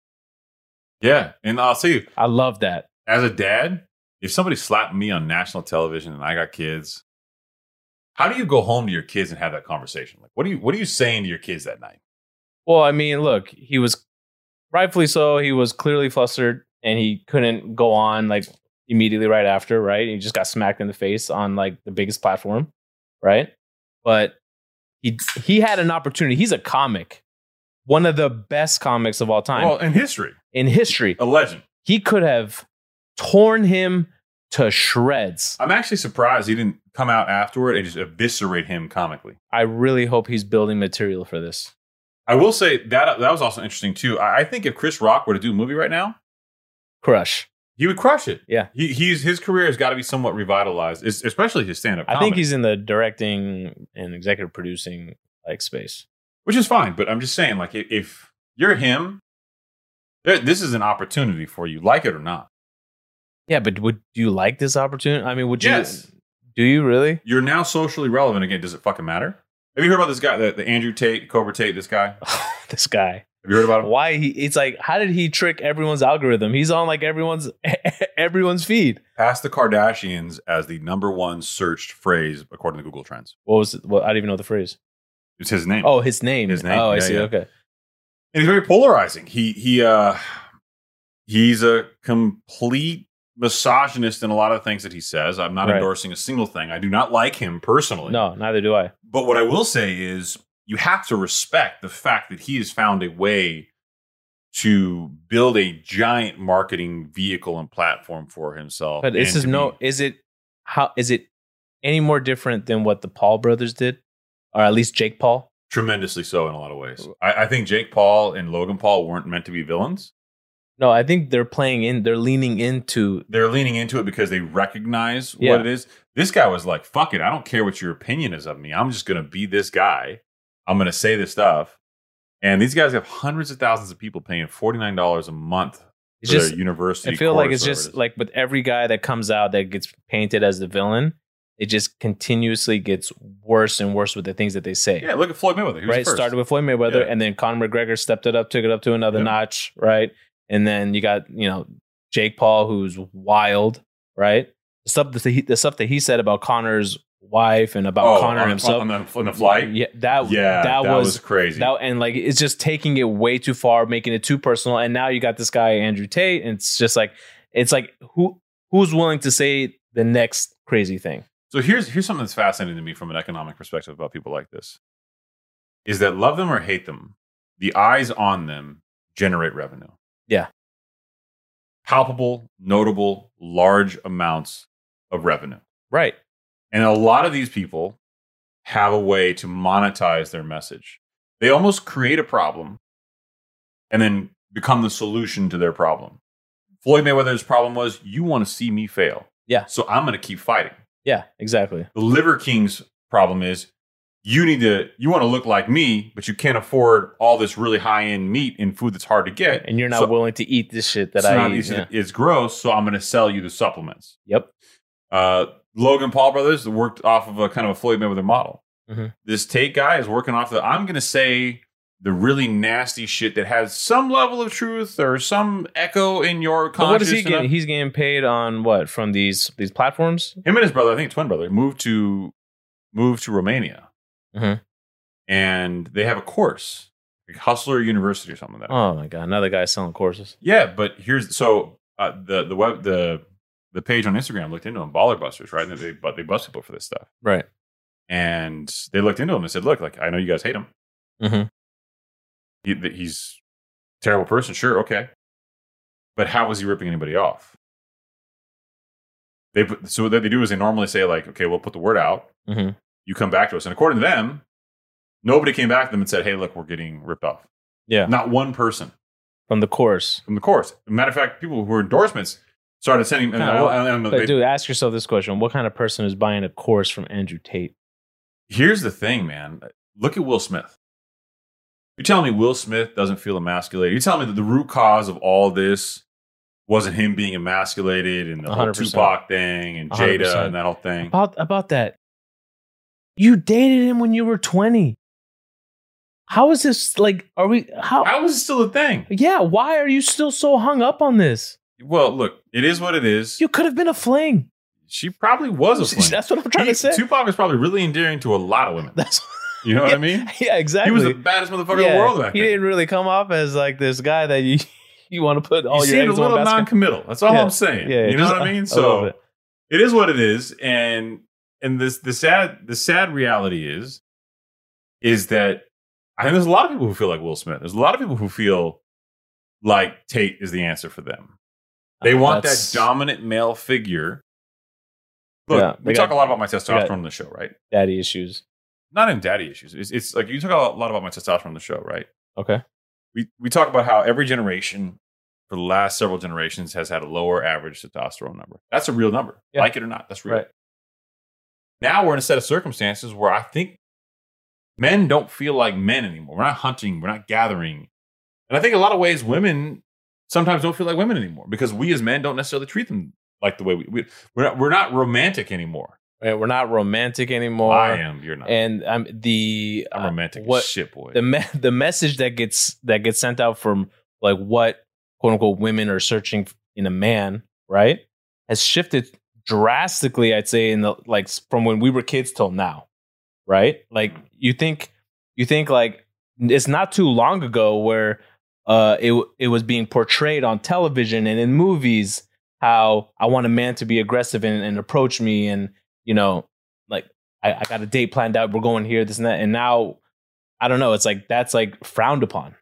Speaker 1: Yeah, and I'll tell you,
Speaker 2: i love that
Speaker 1: as a dad, if somebody slapped me on national television and I got kids, how do you go home to your kids and have that conversation? Like, what are you what are you saying to your kids that night?
Speaker 2: well i mean look he was rightfully so he was clearly flustered and he couldn't go on like immediately right after right he just got smacked in the face on like the biggest platform right but he he had an opportunity he's a comic one of the best comics of all time
Speaker 1: Well, in history,
Speaker 2: in history
Speaker 1: a legend.
Speaker 2: he could have torn him to shreds
Speaker 1: I'm actually surprised he didn't come out afterward and just eviscerate him comically.
Speaker 2: i really hope he's building material for this
Speaker 1: I will say that that was also interesting too. I, I think if Chris Rock were to do a movie right now,
Speaker 2: crush
Speaker 1: he would crush it.
Speaker 2: Yeah.
Speaker 1: he, he's his career has got to be somewhat revitalized, es- especially his stand up.
Speaker 2: i think he's in the directing and executive producing like space
Speaker 1: which is fine. But I'm just saying, like, if, if you're him, there, this is an opportunity for you, like it or not.
Speaker 2: Yeah, but would do you like this opportunity? I mean, would you?
Speaker 1: Yes.
Speaker 2: Do you really?
Speaker 1: You're now socially relevant again. Does it fucking matter? Have you heard about this guy, the, the Andrew Tate, Cobra Tate? This guy. Have
Speaker 2: this guy.
Speaker 1: you heard about him?
Speaker 2: Why he? It's like, how did he trick everyone's algorithm? He's on like everyone's everyone's feed.
Speaker 1: Pass the Kardashians as the number one searched phrase according to Google Trends.
Speaker 2: What was? It? Well, I don't even know the phrase.
Speaker 1: It's his name.
Speaker 2: Oh, his name.
Speaker 1: His name,
Speaker 2: Oh, I
Speaker 1: yeah,
Speaker 2: see.
Speaker 1: yeah.
Speaker 2: Okay.
Speaker 1: and he's very polarizing. He he uh he's a complete misogynist in a lot of things that he says. I'm not
Speaker 2: Right.
Speaker 1: endorsing a single thing. I do not like him personally.
Speaker 2: No, neither do I.
Speaker 1: But what I will say is you have to respect the fact that he has found a way to build a giant marketing vehicle and platform for himself.
Speaker 2: But this
Speaker 1: and
Speaker 2: is
Speaker 1: to
Speaker 2: no.
Speaker 1: be-
Speaker 2: Is it? How is it any more different than what the Paul brothers did, or at least Jake Paul?
Speaker 1: tremendously so in a lot of ways. I, I think Jake Paul and Logan Paul weren't meant to be villains.
Speaker 2: No, I think they're playing in. They're leaning into.
Speaker 1: They're leaning into it because they recognize
Speaker 2: Yeah.
Speaker 1: what it is. This guy was like, fuck it. I don't care what your opinion is of me. I'm just going to be this guy. I'm going to say this stuff. And these guys have hundreds of thousands of people paying $49 a month
Speaker 2: It's
Speaker 1: for
Speaker 2: just
Speaker 1: their university.
Speaker 2: I feel like
Speaker 1: course,
Speaker 2: it's
Speaker 1: whatever it
Speaker 2: just
Speaker 1: is.
Speaker 2: like with every guy that comes out that gets painted as the villain, it just continuously gets worse and worse with the things that they say.
Speaker 1: yeah. Look at Floyd Mayweather. He was
Speaker 2: right?
Speaker 1: first.
Speaker 2: Started with Floyd Mayweather,
Speaker 1: Yeah.
Speaker 2: and then Conor McGregor stepped it up, took it up to another
Speaker 1: Yeah.
Speaker 2: notch, right? And then you got you know Jake Paul, who's wild, right? The stuff that he, the stuff that he said about Conor's wife and about
Speaker 1: Oh,
Speaker 2: Conor
Speaker 1: on,
Speaker 2: himself
Speaker 1: on the, on the flight.
Speaker 2: yeah, that
Speaker 1: yeah,
Speaker 2: that, was
Speaker 1: crazy.
Speaker 2: that, and like it's just taking it way too far, making it too personal. And now you got this guy Andrew Tate, and it's just like it's like who who's willing to say the next crazy thing?
Speaker 1: so here's here's something that's fascinating to me from an economic perspective about people like this, is that love them or hate them, the eyes on them generate revenue.
Speaker 2: Yeah.
Speaker 1: Palpable, notable, large amounts of revenue,
Speaker 2: Right.
Speaker 1: and a lot of these people have a way to monetize their message. They almost create a problem, and then become the solution to their problem. Floyd Mayweather's problem was, you want to see me fail.
Speaker 2: Yeah.
Speaker 1: So I'm going to keep fighting.
Speaker 2: Yeah. Exactly.
Speaker 1: the liver king's problem is you need to you want to look like me but you can't afford all this really high end meat and food that's hard to get
Speaker 2: And you're not
Speaker 1: So-
Speaker 2: willing to eat this shit that
Speaker 1: it's
Speaker 2: I
Speaker 1: not
Speaker 2: eat.
Speaker 1: easy to-
Speaker 2: Yeah.
Speaker 1: it's gross so i'm going to sell you the supplements
Speaker 2: Yep.
Speaker 1: uh, logan paul brothers worked off of a kind of a floyd mayweather model
Speaker 2: Mhm.
Speaker 1: this tate guy is working off the i'm going to say the really nasty shit that has some level of truth or some echo in your
Speaker 2: But
Speaker 1: conscious.
Speaker 2: what is he getting?
Speaker 1: enough-
Speaker 2: He's getting paid on what from these these platforms?
Speaker 1: him and his brother, I think his twin brother, moved to moved to Romania,
Speaker 2: Mhm.
Speaker 1: and they have a course, like Hustler University or something like that.
Speaker 2: Oh my god, another guy selling courses.
Speaker 1: Yeah, but here's so uh, the the web the the page on Instagram looked into them, baller busters, right? And they but they bust people for this stuff,
Speaker 2: Right.
Speaker 1: and they looked into him and said, "Look, like I know you guys hate him.
Speaker 2: Mm-hmm.
Speaker 1: He, that he's a terrible person. Sure, okay, but how was he ripping anybody off?" They put, so what they do is they normally say like, "Okay, we'll put the word out.
Speaker 2: Mm-hmm.
Speaker 1: you come back to us. And according to them, nobody came back to them and said, hey, look, we're getting ripped off.
Speaker 2: Yeah.
Speaker 1: Not one person
Speaker 2: From the course.
Speaker 1: from the course. Matter of fact, people who were endorsements started sending. And,
Speaker 2: No,
Speaker 1: and- and-
Speaker 2: But dude, ask yourself this question: What kind of person is buying a course from Andrew Tate?
Speaker 1: here's the thing, man. Look at Will Smith. You're telling me Will Smith doesn't feel emasculated. You're telling me that the root cause of all this wasn't him being emasculated and the whole
Speaker 2: 100%.
Speaker 1: Tupac thing and Jada
Speaker 2: 100%.
Speaker 1: and that whole thing.
Speaker 2: About about that. You dated him when you were twenty. How is this like? Are we how?
Speaker 1: How was it still a thing?
Speaker 2: Yeah. Why are you still so hung up on this?
Speaker 1: Well, look, it is what it is.
Speaker 2: You could have been a fling.
Speaker 1: She probably was a slim.
Speaker 2: That's what I'm trying
Speaker 1: He-
Speaker 2: to say.
Speaker 1: Tupac was probably really endearing to a lot of women.
Speaker 2: That's
Speaker 1: You know what I mean?
Speaker 2: yeah, exactly.
Speaker 1: He was the baddest motherfucker in the world back
Speaker 2: He
Speaker 1: then.
Speaker 2: didn't really come off as like this guy that you you want to put all
Speaker 1: he
Speaker 2: your
Speaker 1: seemed a
Speaker 2: eggs in one
Speaker 1: little
Speaker 2: basket.
Speaker 1: non-committal. That's all
Speaker 2: Yeah.
Speaker 1: I'm saying.
Speaker 2: Yeah,
Speaker 1: you know
Speaker 2: just-
Speaker 1: what I mean?
Speaker 2: I love
Speaker 1: So
Speaker 2: it.
Speaker 1: it is what it is, and and this the sad the sad reality is is that I think there's a lot of people who feel like Will Smith. There's a lot of people who feel like Tate is the answer for them. They
Speaker 2: Uh,
Speaker 1: want
Speaker 2: that's-
Speaker 1: that dominant male figure. Look,
Speaker 2: Yeah,
Speaker 1: we
Speaker 2: they got-
Speaker 1: talk a lot about my testosterone
Speaker 2: got-
Speaker 1: on the show, right?
Speaker 2: daddy issues.
Speaker 1: Not in daddy issues. It's, it's like you talk a lot about my testosterone on the show, right?
Speaker 2: Okay.
Speaker 1: we, we talk about how every generation for the last several generations has had a lower average testosterone number. That's a real number,
Speaker 2: Yeah.
Speaker 1: like it or not. That's real.
Speaker 2: Right.
Speaker 1: Now we're in a set of circumstances where I think men don't feel like men anymore. We're not hunting, we're not gathering. And I think in a lot of ways, women sometimes don't feel like women anymore because we as men don't necessarily treat them like the way we, we we're, not, we're not romantic anymore.
Speaker 2: Right, we're not romantic anymore.
Speaker 1: I am, you're not.
Speaker 2: And I'm the
Speaker 1: I'm
Speaker 2: uh,
Speaker 1: romantic as
Speaker 2: what
Speaker 1: shit, boy.
Speaker 2: the me- the message that gets that gets sent out from like what quote unquote women are searching in a man, right? Has shifted drastically, I'd say, in the like from when we were kids till now, right? Like you think you think like it's not too long ago where uh it w- it was being portrayed on television and in movies how I want a man to be aggressive and, and approach me and you know like I, I got a date planned out we're going here this and that and now I don't know it's like that's like frowned upon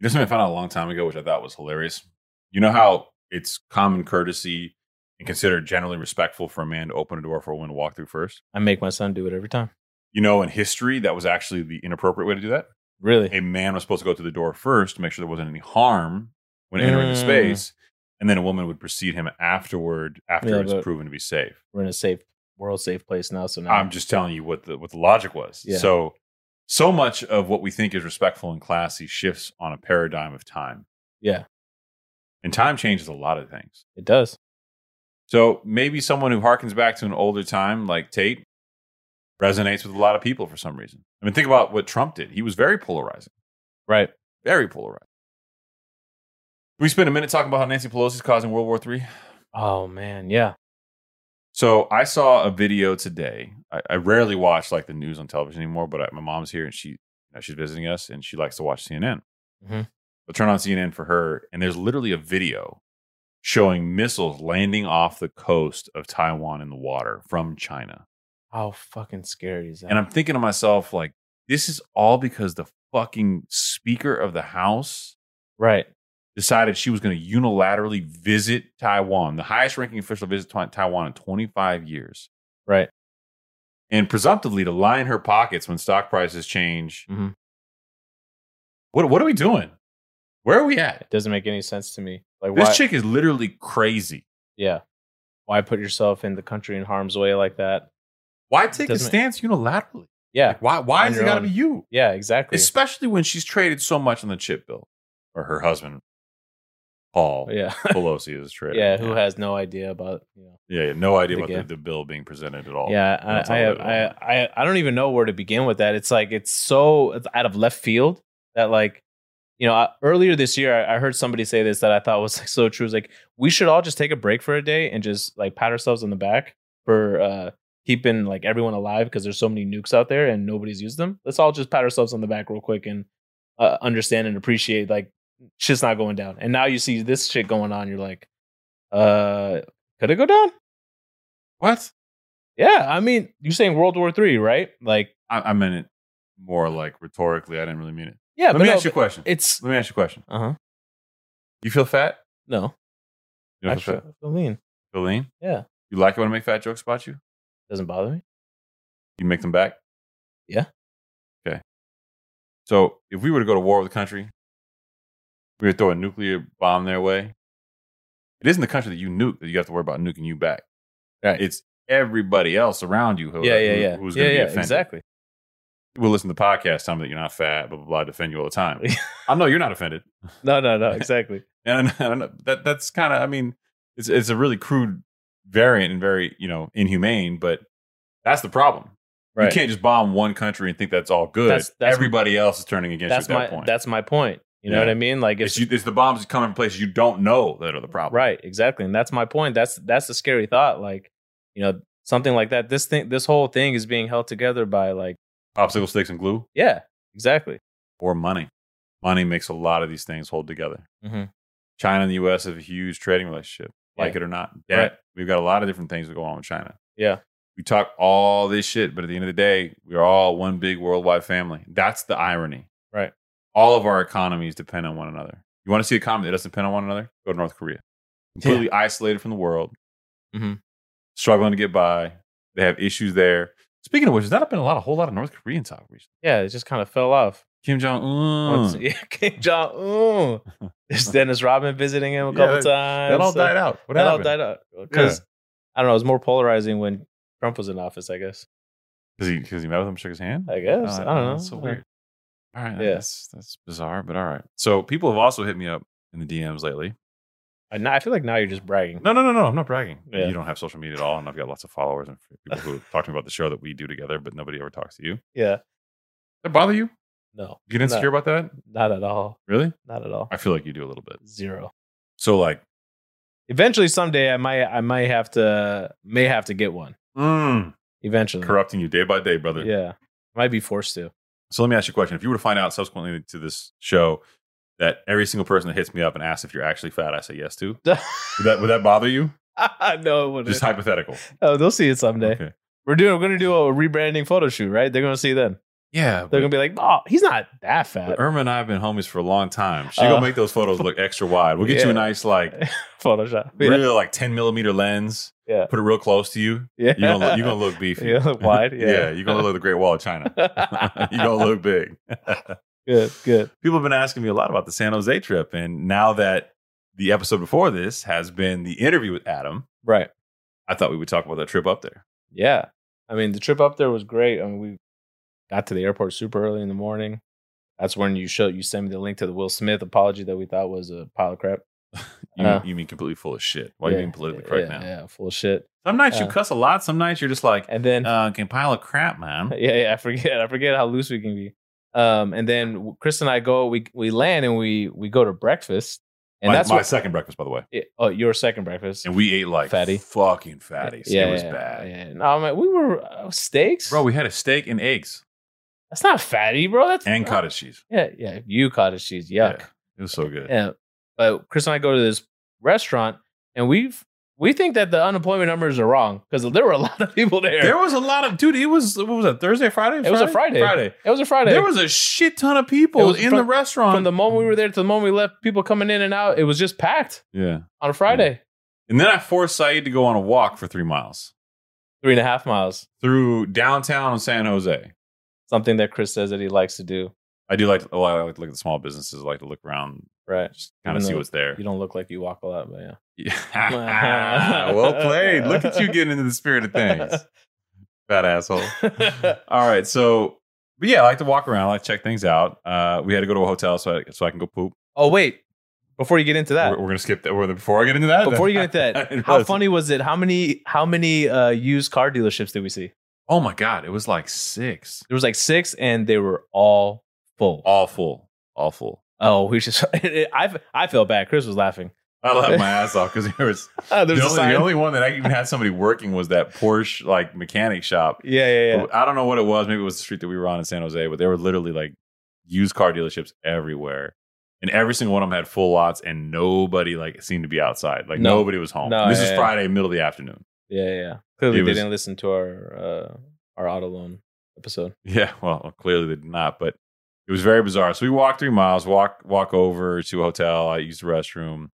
Speaker 1: This one I found out a long time ago, which I thought was hilarious. You know how it's common courtesy and considered generally respectful for a man to open a door for a woman to walk through first?
Speaker 2: I make my son do it every time
Speaker 1: You know, in history, that was actually the inappropriate way to do that.
Speaker 2: really
Speaker 1: A man was supposed to go through the door first to make sure there wasn't any harm when entering the
Speaker 2: Mm.
Speaker 1: space. And then a woman would precede him afterward after
Speaker 2: Yeah,
Speaker 1: it's
Speaker 2: but-
Speaker 1: proven to be safe.
Speaker 2: we're in a safe world safe place now so now
Speaker 1: I'm just telling you what the what the logic was.
Speaker 2: Yeah.
Speaker 1: So so much of what we think is respectful and classy shifts on a paradigm of time.
Speaker 2: Yeah.
Speaker 1: And time changes a lot of things.
Speaker 2: it does
Speaker 1: So maybe someone who harkens back to an older time like Tate resonates with a lot of people for some reason. I mean, think about what Trump did. He was very polarizing,
Speaker 2: right
Speaker 1: very polarizing. We spent a minute talking about how Nancy Pelosi's causing World War III.
Speaker 2: oh man yeah
Speaker 1: So I saw a video today. I, I rarely watch like the news on television anymore, but I, my mom's here and she you know, she's visiting us and she likes to watch CNN.
Speaker 2: Mhm.
Speaker 1: I'll turn on CNN for her, and there's literally a video showing missiles landing off the coast of Taiwan in the water from China.
Speaker 2: how fucking scary is that
Speaker 1: And I'm thinking to myself, like, this is all because the fucking Speaker of the House
Speaker 2: right
Speaker 1: decided she was going to unilaterally visit Taiwan, the highest ranking official to visit Taiwan- Taiwan in 25 years,
Speaker 2: right
Speaker 1: and presumptively to line her pockets when stock prices change.
Speaker 2: Mhm.
Speaker 1: What, what are we doing? Where are we at?
Speaker 2: it doesn't make any sense to me like why
Speaker 1: This chick is literally crazy.
Speaker 2: yeah why put yourself in the country in harm's way like that
Speaker 1: Why take a
Speaker 2: Doesn't make-
Speaker 1: stance unilaterally?
Speaker 2: yeah
Speaker 1: Like, why why
Speaker 2: On
Speaker 1: is it
Speaker 2: your
Speaker 1: got to
Speaker 2: own.
Speaker 1: be you?
Speaker 2: yeah exactly
Speaker 1: Especially when she's traded so much on the chip bill or her husband, Paul.
Speaker 2: yeah
Speaker 1: Pelosi is a traitor.
Speaker 2: yeah who has no idea about you know
Speaker 1: yeah, yeah, no idea
Speaker 2: the
Speaker 1: about the,
Speaker 2: gift.
Speaker 1: the bill being presented at all.
Speaker 2: Yeah,
Speaker 1: That's
Speaker 2: I,
Speaker 1: all
Speaker 2: I,
Speaker 1: it
Speaker 2: have,
Speaker 1: is.
Speaker 2: I, I, I don't even know where to begin with that. It's like it's so it's out of left field that like you know I, earlier this year I, I heard somebody say this that i thought was like, so true it was like we should all just take a break for a day and just like pat ourselves on the back for uh keeping like everyone alive because there's so many nukes out there and nobody's used them let's all just pat ourselves on the back real quick and uh, understand and appreciate like shit's not going down and now you see this shit going on you're like uh could it go down
Speaker 1: What?
Speaker 2: yeah i mean you're saying world war three right like
Speaker 1: I, I meant it more like rhetorically. I didn't really mean it.
Speaker 2: yeah
Speaker 1: Let
Speaker 2: but
Speaker 1: me
Speaker 2: no,
Speaker 1: ask you a question.
Speaker 2: it's
Speaker 1: Let me ask you a question.
Speaker 2: uh-huh
Speaker 1: You feel fat?
Speaker 2: no
Speaker 1: You don't
Speaker 2: actually
Speaker 1: feel fat?
Speaker 2: i feel mean
Speaker 1: Feel lean?
Speaker 2: Yeah.
Speaker 1: You like it when I make fat jokes about you?
Speaker 2: doesn't bother me
Speaker 1: You make them back?
Speaker 2: Yeah.
Speaker 1: Okay. So if we were to go to war with a country, we would throw a nuclear bomb their way. It isn't the country that you nuke that you have to worry about nuking you back.
Speaker 2: Right.
Speaker 1: It's everybody else around you who,
Speaker 2: yeah yeah
Speaker 1: who-
Speaker 2: yeah
Speaker 1: who's
Speaker 2: yeah,
Speaker 1: going to
Speaker 2: yeah
Speaker 1: be offended.
Speaker 2: exactly
Speaker 1: We'll listen to podcasts, tell me that you're not fat, blah, blah, blah, I defend you all the time. I know you're not offended.
Speaker 2: no no no exactly
Speaker 1: And I don't know, that that's kind of I mean, it's it's a really crude variant and very, you know, inhumane, but that's the problem. You
Speaker 2: right
Speaker 1: can't just bomb one country and think that's all good.
Speaker 2: That's- that's-
Speaker 1: Everybody else is turning against
Speaker 2: that's
Speaker 1: you at
Speaker 2: my
Speaker 1: that point.
Speaker 2: that's my point you know
Speaker 1: Yeah.
Speaker 2: what i mean like
Speaker 1: it's,
Speaker 2: if
Speaker 1: you, it's the bombs that come in places you don't know that are the problem.
Speaker 2: Right, exactly. And that's my point. That's that's the scary thought. Like, you know, something like that. This thing this whole thing is being held together by like,
Speaker 1: Popsicle sticks and glue
Speaker 2: yeah, exactly.
Speaker 1: or money. Money makes a lot of these things hold together.
Speaker 2: Mhm.
Speaker 1: China and the U.S. have a huge trading relationship, like
Speaker 2: Yeah.
Speaker 1: it or not. Debt.
Speaker 2: Right.
Speaker 1: We've got a lot of different things that go on with China.
Speaker 2: Yeah.
Speaker 1: We talk all this shit, but at the end of the day, we're all one big worldwide family. That's the irony.
Speaker 2: Right.
Speaker 1: All of our economies depend on one another. You want to see a economy that doesn't depend on one another? Go to North Korea. Completely isolated from the world,
Speaker 2: Mhm.
Speaker 1: struggling to get by. They have issues there. Speaking of which, there's not been a lot, a whole lot of North Korean talk recently.
Speaker 2: Yeah, it just kind of fell off.
Speaker 1: Kim Jong Un.
Speaker 2: Once, yeah, Kim Jong Un. There's Dennis Rodman visiting him a
Speaker 1: Yeah,
Speaker 2: couple
Speaker 1: that-
Speaker 2: times.
Speaker 1: That all
Speaker 2: So-
Speaker 1: died out. What
Speaker 2: uh, that all
Speaker 1: happened?
Speaker 2: died out. Because I don't know, it was more polarizing when Trump was in office, I guess.
Speaker 1: Because he, 'cause he met with him, shook his hand.
Speaker 2: I guess. I don't know.
Speaker 1: Ah, That's Uh, so weird. All right.
Speaker 2: Yeah.
Speaker 1: That's, that's bizarre, but all right. So people have also hit me up in the DMs lately.
Speaker 2: I, I feel like now you're just bragging.
Speaker 1: No, no, no, no. I'm not bragging.
Speaker 2: Yeah.
Speaker 1: You don't have social media at all, and I've got lots of followers and people who talk to me about the show that we do together, but nobody ever talks to you. Does
Speaker 2: Yeah.
Speaker 1: that bother you?
Speaker 2: No.
Speaker 1: You get insecure about that?
Speaker 2: Not at all.
Speaker 1: Really?
Speaker 2: Not at all.
Speaker 1: I feel like you do a little bit.
Speaker 2: Zero.
Speaker 1: So like,
Speaker 2: eventually someday i might i might have to may have to get one
Speaker 1: mm,
Speaker 2: eventually
Speaker 1: corrupting you day by day, brother.
Speaker 2: yeah might be forced to
Speaker 1: So let me ask you a question. If you were to find out subsequently to this show that every single person that hits me up and asks if you're actually fat, I say yes to. Would that would that bother you?
Speaker 2: no it wouldn't
Speaker 1: Just hypothetical.
Speaker 2: oh they'll see it someday we're doing we're gonna do a rebranding photo shoot right they're gonna see then
Speaker 1: Yeah.
Speaker 2: they're
Speaker 1: but-
Speaker 2: gonna be like oh he's not that
Speaker 1: But
Speaker 2: fat
Speaker 1: Irma and I have been homies for a long time. She
Speaker 2: Uh,
Speaker 1: gonna make those photos look extra wide. We'll get you
Speaker 2: yeah.
Speaker 1: a nice like
Speaker 2: photoshop yeah
Speaker 1: real like ten millimeter lens.
Speaker 2: Yeah.
Speaker 1: Put it real close to you.
Speaker 2: yeah
Speaker 1: You're gonna look, you're gonna look beefy.
Speaker 2: Yeah, look wide
Speaker 1: Yeah.
Speaker 2: yeah,
Speaker 1: You're gonna look like the Great Wall of China. you're gonna look big.
Speaker 2: good good
Speaker 1: People have been asking me a lot about the San Jose trip, and now that the episode before this has been the interview with Adam,
Speaker 2: right
Speaker 1: I thought we would talk about that trip up there.
Speaker 2: yeah i mean the trip up there was great i mean we got to the airport super early in the morning that's when you showed you sent me the link to the will smith apology that we thought was a pile of crap
Speaker 1: You,
Speaker 2: Uh,
Speaker 1: you mean completely full of shit? Why are you being politically
Speaker 2: yeah,
Speaker 1: correct
Speaker 2: yeah,
Speaker 1: now?
Speaker 2: Yeah, full of shit.
Speaker 1: Some nights you
Speaker 2: Uh,
Speaker 1: cuss a lot. Some nights you're just like,
Speaker 2: And then
Speaker 1: uh, can pile of crap, man.
Speaker 2: yeah, yeah, I forget, I forget how loose we can be. Um, and then w- Chris and I go, we we land and we we go to breakfast, and
Speaker 1: my,
Speaker 2: that's
Speaker 1: my
Speaker 2: what,
Speaker 1: second breakfast, by the way.
Speaker 2: yeah, oh your second breakfast.
Speaker 1: and we ate like
Speaker 2: Fatty.
Speaker 1: fucking fatties.
Speaker 2: yeah,
Speaker 1: it was
Speaker 2: yeah,
Speaker 1: bad,
Speaker 2: Yeah. No, man, we were uh, steaks,
Speaker 1: bro. We had a steak and eggs
Speaker 2: That's not fatty, bro. That's
Speaker 1: and cottage cheese.
Speaker 2: Yeah, yeah. You cottage cheese, yuck.
Speaker 1: Yeah, it was so good.
Speaker 2: Yeah. But Chris and I go to this restaurant, and we've we think that the unemployment numbers are wrong because there were a lot of people there.
Speaker 1: There was a lot of dude. It was what was that Thursday, Friday?
Speaker 2: It was a Friday.
Speaker 1: Friday.
Speaker 2: it was a Friday.
Speaker 1: There was a shit ton of people
Speaker 2: It was
Speaker 1: in
Speaker 2: from-
Speaker 1: the restaurant.
Speaker 2: from the moment we were there to the moment we left, people coming in and out, it was just packed
Speaker 1: yeah,
Speaker 2: on a Friday.
Speaker 1: and then I forced Saeed to go on a walk for three miles
Speaker 2: Three and a half miles,
Speaker 1: through downtown San Jose.
Speaker 2: something that Chris says that he likes to do.
Speaker 1: I do like. To, oh, I like to look at the small businesses. I like to look around,
Speaker 2: Right.
Speaker 1: just kind of
Speaker 2: Even
Speaker 1: see
Speaker 2: though
Speaker 1: what's there.
Speaker 2: You don't look like you walk a lot, but yeah.
Speaker 1: well played. Look at you getting into the spirit of things, fat asshole. All right, so but yeah, I like to walk around, I like to check things out. Uh, we had to go to a hotel so I, so I can go poop.
Speaker 2: oh, wait. Before you get into that,
Speaker 1: We're, we're gonna skip that. We're, before I get into that,
Speaker 2: before you get into that, how funny was it? How many how many uh, used car dealerships did we see?
Speaker 1: Oh my god, it was like six,
Speaker 2: There was like six, and they were all full.
Speaker 1: all full. awful.
Speaker 2: Oh, we just I I felt bad. Chris was laughing.
Speaker 1: I laughed my ass off because there was
Speaker 2: Uh,
Speaker 1: the
Speaker 2: there's a
Speaker 1: only,
Speaker 2: sign.
Speaker 1: the only one that I even had somebody working was that Porsche like mechanic shop.
Speaker 2: yeah, yeah, yeah.
Speaker 1: I don't know what it was. Maybe it was the street that we were on in San Jose, but there were literally like used car dealerships everywhere. And every single one of them had full lots and nobody like seemed to be outside. Like
Speaker 2: No.
Speaker 1: nobody was home.
Speaker 2: No,
Speaker 1: And this
Speaker 2: yeah,
Speaker 1: is
Speaker 2: yeah.
Speaker 1: Friday, middle of the afternoon.
Speaker 2: Yeah, yeah. Clearly,
Speaker 1: It
Speaker 2: they
Speaker 1: was-
Speaker 2: didn't listen to our uh, our auto loan episode.
Speaker 1: Yeah, well, clearly they did not, but it was very bizarre. So we walked three miles, walk walk over to a hotel. I used the restroom,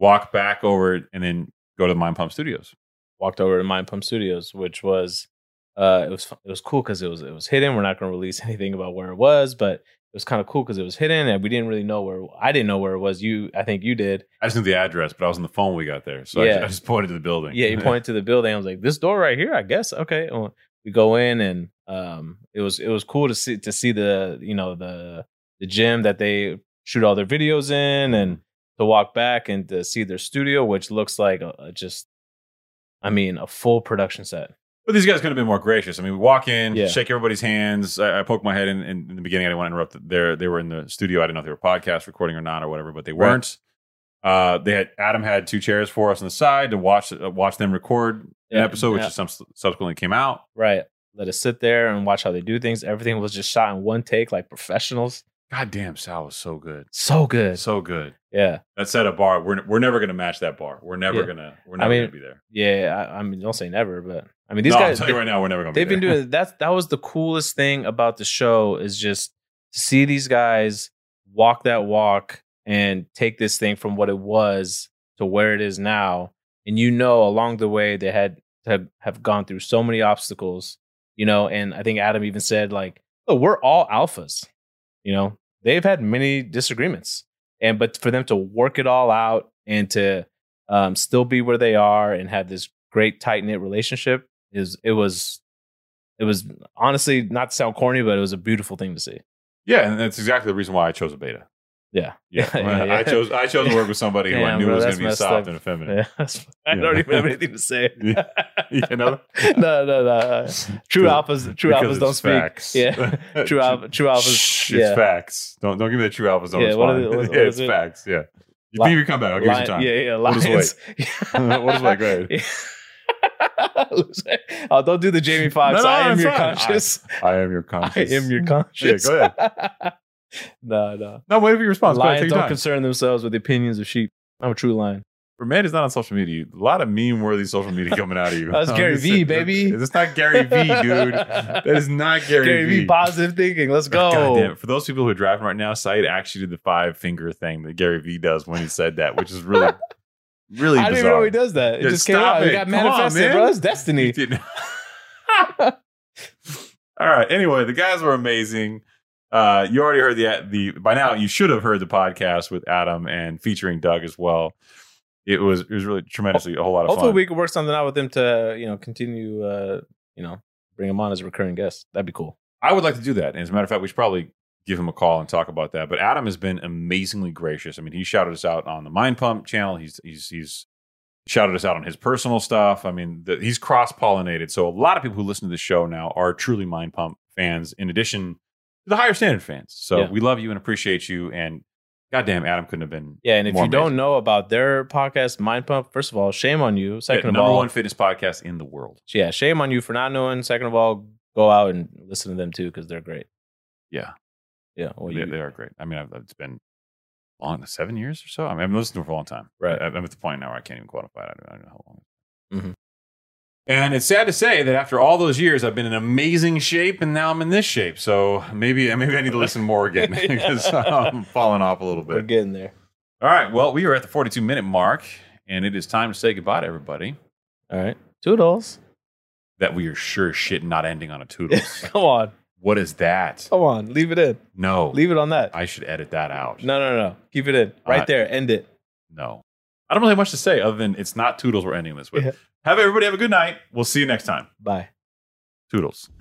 Speaker 1: walk back over, and then go to the Mind Pump Studios.
Speaker 2: Walked over to Mind Pump Studios, which was uh, it was fu- it was cool because it was it was hidden. We're not going to release anything about where it was, but it was kind of cool because it was hidden and we didn't really know where. I didn't know where it was. You, I think you did.
Speaker 1: I just knew the address, but I was on the phone when we got there, so I,
Speaker 2: Yeah.
Speaker 1: just, I just pointed to the building.
Speaker 2: Yeah, you pointed to the building. I was like, this door right here, I guess. Okay. Well, we go in and um it was it was cool to see to see the you know the the gym that they shoot all their videos in and
Speaker 1: Mm-hmm.
Speaker 2: to walk back and to see their studio, which looks like a, a just I mean a full production set.
Speaker 1: But these guys could have been more gracious. I mean, we walk in,
Speaker 2: Yeah.
Speaker 1: shake everybody's hands. I, I poked my head in, in, in the beginning. I didn't want to interrupt. There, they were in the studio. I didn't know if they were podcast recording or not or whatever, but they
Speaker 2: Right.
Speaker 1: weren't. Uh, they had Adam had two chairs for us on the side to watch uh, watch them record an
Speaker 2: Yeah.
Speaker 1: episode, which
Speaker 2: Yeah.
Speaker 1: is some, subsequently came out.
Speaker 2: Right. Let us sit there and watch how they do things. Everything was just shot in one take like professionals.
Speaker 1: God damn, Sal was so good,
Speaker 2: So good.
Speaker 1: so good.
Speaker 2: Yeah.
Speaker 1: That set a bar. We're we're never gonna match that bar. We're never
Speaker 2: Yeah.
Speaker 1: gonna we're never
Speaker 2: mean,
Speaker 1: gonna be there.
Speaker 2: Yeah. I, I mean don't say never, but I mean these
Speaker 1: no,
Speaker 2: guys
Speaker 1: I'm
Speaker 2: they-
Speaker 1: telling you right now, we're never gonna.
Speaker 2: They've
Speaker 1: be
Speaker 2: been
Speaker 1: there.
Speaker 2: doing that's that was the coolest thing about the show is just to see these guys walk that walk and take this thing from what it was to where it is now. And you know along the way they had have, have gone through so many obstacles, you know, and I think Adam even said like, "Oh, we're all alphas." You know, they've had many disagreements. And but for them to work it all out and to um, still be where they are and have this great tight knit relationship is it was it was honestly not to sound corny, but it was a beautiful thing to see.
Speaker 1: Yeah, and that's exactly the reason why I chose a beta.
Speaker 2: Yeah,
Speaker 1: Yeah,
Speaker 2: yeah, yeah.
Speaker 1: I chose I chose to work with somebody who I
Speaker 2: Damn,
Speaker 1: knew
Speaker 2: bro,
Speaker 1: was going to
Speaker 2: that's
Speaker 1: be
Speaker 2: messed
Speaker 1: soft
Speaker 2: up.
Speaker 1: and effeminate.
Speaker 2: Yeah, that's- I don't even have anything to say.
Speaker 1: Yeah. You know?
Speaker 2: no, no, no. True alphas, true
Speaker 1: Because
Speaker 2: alphas don't
Speaker 1: it's
Speaker 2: speak.
Speaker 1: facts.
Speaker 2: Yeah, true alpha, true alphas.
Speaker 1: Shh,
Speaker 2: yeah.
Speaker 1: It's facts. Don't don't give me the true alphas. Don't
Speaker 2: Yeah, what
Speaker 1: respond.
Speaker 2: is it- what-
Speaker 1: yeah,
Speaker 2: what
Speaker 1: it's
Speaker 2: is it?
Speaker 1: facts. Yeah, you
Speaker 2: Li-
Speaker 1: beat me. Come back. I'll give you some
Speaker 2: Lion-
Speaker 1: time.
Speaker 2: Yeah, yeah.
Speaker 1: We'll just
Speaker 2: Lions.
Speaker 1: We'll just wait, go ahead.
Speaker 2: Yeah. oh, don't do the Jamie Foxx.
Speaker 1: No, no,
Speaker 2: I am
Speaker 1: it's
Speaker 2: your
Speaker 1: fine.
Speaker 2: conscience.
Speaker 1: I am your
Speaker 2: I,
Speaker 1: conscience.
Speaker 2: am your conscience.
Speaker 1: go
Speaker 2: ahead. no, no.
Speaker 1: No, wait for your response. Go ahead,
Speaker 2: Lions
Speaker 1: take your
Speaker 2: don't
Speaker 1: time.
Speaker 2: concern themselves with the opinions of sheep. I'm a true lion.
Speaker 1: Remand is not on social media. A lot of meme worthy social media coming out of you.
Speaker 2: That's
Speaker 1: I'm
Speaker 2: Gary
Speaker 1: just
Speaker 2: Vee,
Speaker 1: saying,
Speaker 2: baby.
Speaker 1: It's not Gary V, dude. That is not Gary,
Speaker 2: Gary
Speaker 1: V.
Speaker 2: Vee, positive thinking. Let's go.
Speaker 1: God damn it. For those people who are driving right now, Said actually did the five finger thing that Gary Vee does when he said that, which is really, really
Speaker 2: I didn't even
Speaker 1: bizarre.
Speaker 2: know he does that. It
Speaker 1: Yeah,
Speaker 2: just came
Speaker 1: stop
Speaker 2: out. It,
Speaker 1: it.
Speaker 2: got
Speaker 1: Come on,
Speaker 2: manifested,
Speaker 1: man.
Speaker 2: bro. It's destiny.
Speaker 1: He did- All right. Anyway, the guys were amazing. Uh, you already heard the the by now you should have heard the podcast with Adam and featuring Doug as well. It was it was really tremendously a whole lot of
Speaker 2: Hopefully,
Speaker 1: fun.
Speaker 2: we can work something out with him to you know continue uh, you know bring him on as a recurring guest. That'd be cool.
Speaker 1: I would like to do that. And as a matter of fact, we should probably give him a call and talk about that. But Adam has been amazingly gracious. I mean, he shouted us out on the Mind Pump channel. He's he's he's shouted us out on his personal stuff. I mean, the, he's cross pollinated. So a lot of people who listen to the show now are truly Mind Pump fans, in addition to the higher standard fans. So
Speaker 2: Yeah.
Speaker 1: we love you and appreciate you. And goddamn, Adam couldn't have been.
Speaker 2: Yeah, and if
Speaker 1: More
Speaker 2: you don't
Speaker 1: amazing.
Speaker 2: know about their podcast, Mind Pump, first of all, shame on you. Second of
Speaker 1: number
Speaker 2: all,
Speaker 1: one fitness podcast in the world.
Speaker 2: yeah, shame on you for not knowing. Second of all, go out and listen to them too because they're great.
Speaker 1: Yeah.
Speaker 2: yeah. Well,
Speaker 1: they,
Speaker 2: you,
Speaker 1: they are great. I mean, I've, it's been long, seven years or so. I mean, I've been listening to it for a long time.
Speaker 2: Right.
Speaker 1: I, am at the point now where I can't even quantify it. I don't, I don't know how long.
Speaker 2: Mhm.
Speaker 1: And it's sad to say that after all those years, I've been in amazing shape, and now I'm in this shape. So maybe maybe I need to listen more again because I'm falling off a little
Speaker 2: we're
Speaker 1: bit.
Speaker 2: getting there.
Speaker 1: All right. Well, we are at the 42 minute mark, and it is time to say goodbye to everybody.
Speaker 2: All right, toodles.
Speaker 1: That we are sure as shit not ending on a toodles.
Speaker 2: Come on,
Speaker 1: what is that?
Speaker 2: come on. Leave it in.
Speaker 1: No,
Speaker 2: Leave it on that.
Speaker 1: I should edit that out.
Speaker 2: No, no, no. Keep it in. Right
Speaker 1: Alright.
Speaker 2: there. End it.
Speaker 1: No. I don't really have much to say other than it's not Toodles we're ending this with.
Speaker 2: Yeah.
Speaker 1: Have everybody have a good night. We'll see you next time.
Speaker 2: Bye.
Speaker 1: Toodles.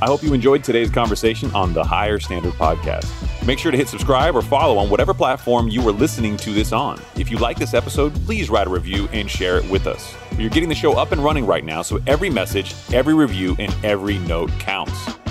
Speaker 4: I hope you enjoyed today's conversation on the Higher Standard Podcast. Make sure to hit subscribe or follow on whatever platform you are listening to this on. If you like this episode, please write a review and share it with us. You're getting the show up and running right now, so every message, every review, and every note counts.